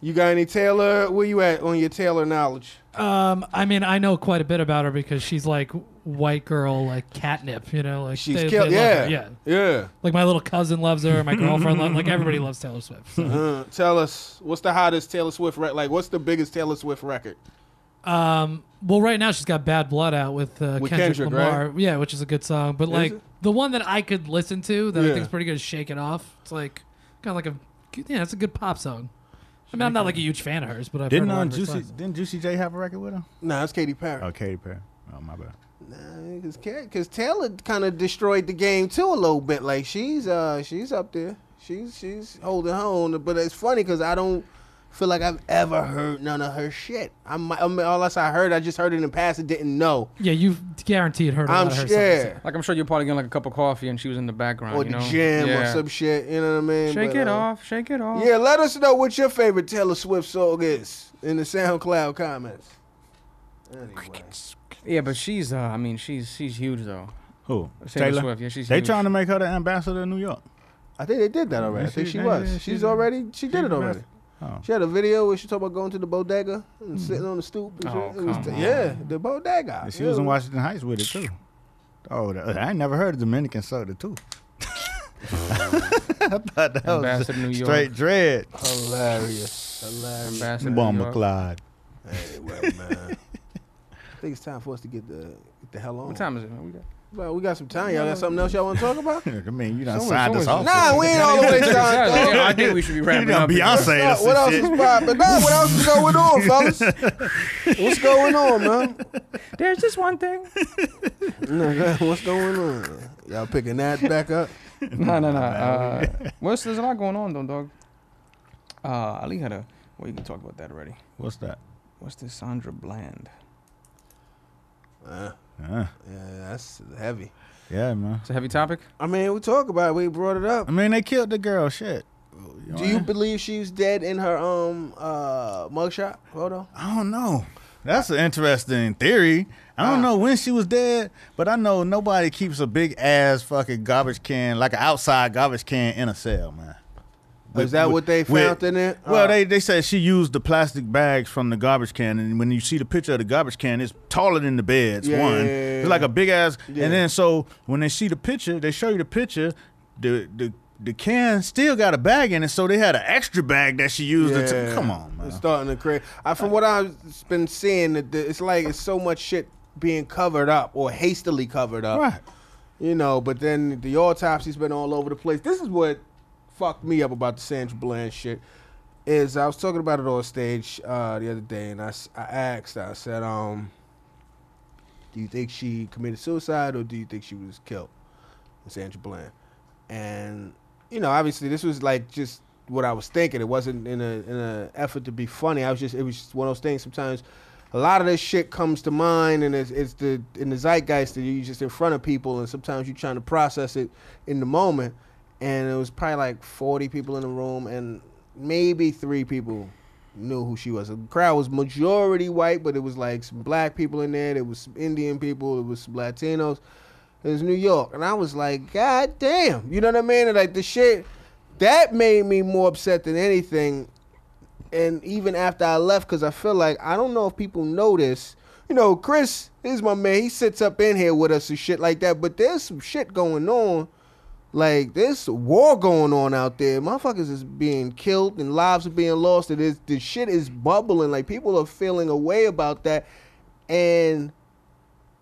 Speaker 3: You got any Taylor? Where you at on your Taylor knowledge?
Speaker 8: Um, I mean, I know quite a bit about her because she's like white girl, like catnip. You know, like
Speaker 3: She's
Speaker 8: they-
Speaker 3: killed.
Speaker 8: they love
Speaker 3: Yeah,
Speaker 8: her, yeah.
Speaker 3: yeah.
Speaker 8: Like my little cousin loves her. My girlfriend loves. Like everybody loves Taylor Swift. So.
Speaker 3: Uh, tell us what's the hottest Taylor Swift record? Like, what's the biggest Taylor Swift record?
Speaker 8: Um, well, right now she's got Bad Blood out with, uh,
Speaker 3: With
Speaker 8: Kendrick,
Speaker 3: Kendrick,
Speaker 8: Lamar. Yeah, which is a good song. But like
Speaker 3: it?
Speaker 8: the one that I could listen to that
Speaker 3: Yeah.
Speaker 8: I think is pretty good is Shake It Off. It's like kind of like a yeah, it's a good pop song. I mean, I'm not like a huge fan of hers, but I've
Speaker 5: Didn't
Speaker 8: heard a lot
Speaker 5: uh,
Speaker 8: of her
Speaker 5: Juicy
Speaker 8: songs.
Speaker 5: Didn't Juicy J have a record with her?
Speaker 3: Nah, it's Katy Perry.
Speaker 5: Oh, Katy Perry. Oh my bad.
Speaker 3: because Taylor kind of destroyed the game too a little bit. Like she's uh she's up there. She's she's holding her own. But it's funny because I don't feel like I've ever heard none of her shit. I'm, I mean, all else I heard, I just heard it in the past and didn't know.
Speaker 8: Yeah, you've guaranteed heard a
Speaker 3: I'm
Speaker 8: lot of her songs.
Speaker 3: yeah.
Speaker 4: Like I'm sure you're probably getting like a cup of coffee and she was in the background.
Speaker 3: Or
Speaker 4: you
Speaker 3: the
Speaker 4: know?
Speaker 3: gym
Speaker 4: yeah.
Speaker 3: or some shit. You know what I mean?
Speaker 4: Shake
Speaker 3: But,
Speaker 4: it
Speaker 3: uh,
Speaker 4: off. Shake it off.
Speaker 3: Yeah, let us know what your favorite Taylor Swift song is in the SoundCloud comments. Anyway.
Speaker 4: Yeah, but she's. Uh, I mean, she's she's huge though.
Speaker 5: Who?
Speaker 4: Taylor Swift, yeah, she's
Speaker 5: They
Speaker 4: huge.
Speaker 5: trying to make her the ambassador of New York.
Speaker 3: I think they did that already. I
Speaker 5: Yeah,
Speaker 3: think
Speaker 5: she-
Speaker 3: she
Speaker 5: yeah,
Speaker 3: was.
Speaker 5: yeah,
Speaker 3: she's
Speaker 5: she did.
Speaker 3: already. She did it already.
Speaker 5: Oh.
Speaker 3: She had a video where she talked about going to the bodega and sitting on the stoop. And
Speaker 4: Oh,
Speaker 3: shit. It was
Speaker 4: come
Speaker 3: the-
Speaker 4: on.
Speaker 3: yeah, the bodega.
Speaker 5: And she
Speaker 3: yeah.
Speaker 5: was in Washington Heights with it too. Oh, that- I ain't never heard of Dominican soda too. I thought that was
Speaker 4: Ambassador New York.
Speaker 5: straight dread.
Speaker 3: Hilarious. Hilarious.
Speaker 4: Ambassador. New
Speaker 5: Bomber
Speaker 4: York.
Speaker 5: Clyde.
Speaker 3: Anyway, man. I think it's time for us to get the get the hell on.
Speaker 4: What time is it? man? We got-
Speaker 3: Well, we got some time. Y'all got something else y'all want to talk about?
Speaker 5: I mean, you done
Speaker 4: Someone-
Speaker 5: signed us off.
Speaker 4: someone-
Speaker 3: nah, we ain't all the way signed.
Speaker 4: Yeah,
Speaker 3: dog.
Speaker 4: yeah, I think we should be
Speaker 5: you
Speaker 4: wrapping
Speaker 5: done
Speaker 4: up. here.
Speaker 5: Beyonce us
Speaker 3: Nah, what
Speaker 5: and
Speaker 3: else is
Speaker 5: shit.
Speaker 3: popping? Nah, what else is going on, fellas? What's going on, man?
Speaker 4: There's just one thing.
Speaker 3: Nigga, What's going on? Y'all picking that back up?
Speaker 4: no, no, no. Uh, what's there's a lot going on though, dog. Uh, Ali had a. Well, you can talk about that already.
Speaker 5: What's that?
Speaker 4: What's this Sandra Bland?
Speaker 3: Uh,
Speaker 5: Uh,
Speaker 3: yeah, that's heavy.
Speaker 5: yeah, man.
Speaker 4: It's a heavy topic.
Speaker 3: I mean, we talk about it. We brought it up.
Speaker 5: I mean, they killed the girl. Shit. You know
Speaker 3: Do you
Speaker 5: what?
Speaker 3: believe she's dead in her um uh mugshot photo?
Speaker 5: I don't know. That's an interesting theory. I
Speaker 3: Ah.
Speaker 5: don't know when she was dead, but I know nobody keeps a big ass fucking garbage can like an outside garbage can in a cell, man.
Speaker 3: Is that what they found in it?
Speaker 5: Well,
Speaker 3: Uh,
Speaker 5: they, they said she used the plastic bags from the garbage can, and when you see the picture of the garbage can, it's taller than the bed. It's
Speaker 3: Yeah,
Speaker 5: one,
Speaker 3: yeah, yeah,
Speaker 5: it's
Speaker 3: yeah.
Speaker 5: like a big ass.
Speaker 3: Yeah.
Speaker 5: And then so when they see the picture, they show you the picture. The the the can still got a bag in it, so they had an extra bag that she used. to-
Speaker 3: Yeah.
Speaker 5: come on, man.
Speaker 3: It's starting to create. I, from what I've been seeing, that the- it's like it's so much shit being covered up or hastily covered up.
Speaker 5: Right.
Speaker 3: You know, but then the autopsy's been all over the place. This is what fucked me up about the Sandra Bland shit. Is I was talking about it on stage uh, the other day, and I, s- I asked, I said, um, "Do you think she committed suicide, or do you think she was killed?" And Sandra Bland, and you know, obviously, this was like just what I was thinking. It wasn't in a in an effort to be funny. I was just it was just one of those things. Sometimes a lot of this shit comes to mind, and it's, it's the in the zeitgeist that you just in front of people, and sometimes you're trying to process it in the moment. And it was probably like 40 people in the room, and maybe three people knew who she was. The crowd was majority white, but it was like some black people in there. There was some Indian people. It was some Latinos. It was New York, and I was like, God damn, you know what I mean? And like the shit that made me more upset than anything. And even after I left, because I feel like I don't know if people notice. You know, Chris is my man. He sits up in here with us and shit like that. But there's some shit going on. Like there's a war going on out there. Motherfuckers is being killed and lives are being lost. It is the shit is bubbling. Like people are feeling a way about that. And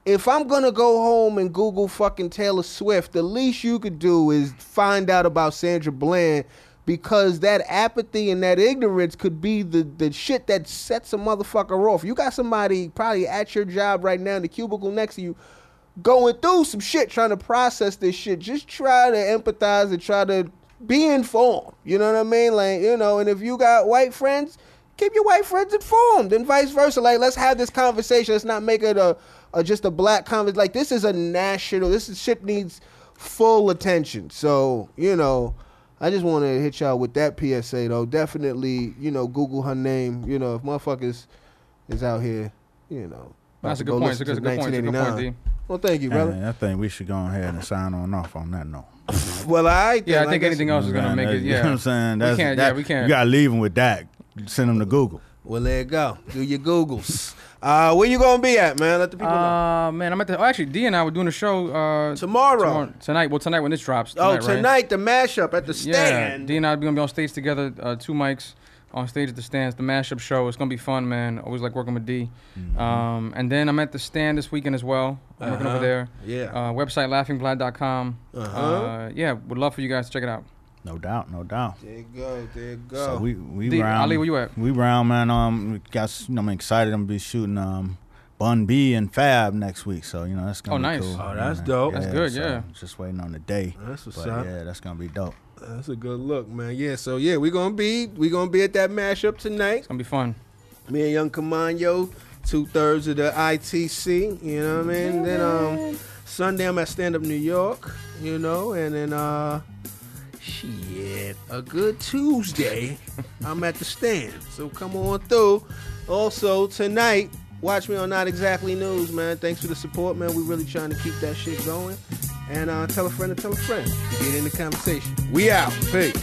Speaker 3: if I'm gonna go home and Google fucking Taylor Swift, the least you could do is find out about Sandra Bland because that apathy and that ignorance could be the, the shit that sets a motherfucker off. You got somebody probably at your job right now in the cubicle next to you going through some shit trying to process this shit. Just try to empathize and try to be informed. You know what I mean? Like, you know, and if you got white friends, keep your white friends informed and vice versa. Like, let's have this conversation. Let's not make it a, a just a black conversation. Like, this is a national, this is, shit needs full attention. So, you know, I just want to hit y'all with that PSA though. Definitely, you know, Google her name. You know, if motherfuckers is out here, you know. about
Speaker 4: That's
Speaker 3: to
Speaker 4: a good
Speaker 3: go
Speaker 4: point.
Speaker 3: listen
Speaker 4: It's a
Speaker 3: to
Speaker 4: good- it's a good point. It's a good
Speaker 3: 1989.
Speaker 4: point, D.
Speaker 3: Well, thank you, brother.
Speaker 5: Man, I think we should go ahead and sign on off on that note.
Speaker 3: Well, I
Speaker 4: Yeah, I think anything else is gonna
Speaker 5: Man,
Speaker 4: make
Speaker 5: that-
Speaker 4: it.
Speaker 5: You know
Speaker 4: Yeah,
Speaker 5: what I'm saying? That's,
Speaker 4: we can't.
Speaker 5: that-
Speaker 4: yeah, we can't.
Speaker 5: You gotta leave them with that. Send them to Google.
Speaker 3: Well, there you go. Do your Googles. Uh, where you gonna be at, man? Let the people know.
Speaker 4: Uh, man, I'm at the. Oh, actually, D and I were doing a show uh,
Speaker 3: Tomorrow.
Speaker 4: tonight. Well, tonight when this drops.
Speaker 3: Oh,
Speaker 4: Tonight, right?
Speaker 3: tonight the mashup at the
Speaker 4: Yeah,
Speaker 3: stand.
Speaker 4: D and I are gonna be on stage together. Uh, two mics on stage at the stands. The mashup show. It's gonna be fun, man. Always like working with D. Um, and then I'm at the stand this weekend as well. I'm working
Speaker 3: Uh-huh.
Speaker 4: over there.
Speaker 3: Yeah.
Speaker 4: Uh, website laughingblad.com.
Speaker 3: Uh-huh.
Speaker 4: Uh, yeah, would love for you guys to check it out.
Speaker 5: No doubt, no doubt.
Speaker 3: there you go. There you go.
Speaker 5: So we we
Speaker 4: D,
Speaker 5: round.
Speaker 4: Ali, where you at?
Speaker 5: We round, man. Um, we got. s- You know, I'm excited. I'm gonna be shooting um, Bun B and Fab next week. So you know that's gonna
Speaker 4: Oh,
Speaker 5: be
Speaker 4: nice.
Speaker 5: cool.
Speaker 4: Oh,
Speaker 3: that's dope.
Speaker 4: That's good,
Speaker 5: so
Speaker 4: yeah.
Speaker 5: Just waiting on the day.
Speaker 3: That's what's
Speaker 5: but,
Speaker 3: up.
Speaker 5: Yeah, that's gonna be dope.
Speaker 3: That's a good look, man. Yeah. So yeah, we gonna be we gonna be at that mashup tonight.
Speaker 4: It's gonna be fun.
Speaker 3: Me and Young Camano, two thirds of the ITC. You know what I mean? Then um, Sunday I'm at Stand Up New York. You know, and then uh, shit, a good Tuesday I'm at the stand. So come on through. Also tonight, watch me on Not Exactly News, man. Thanks for the support, man. We really trying to keep that shit going. And uh, tell a friend to tell a friend to get in the conversation. We out. Peace.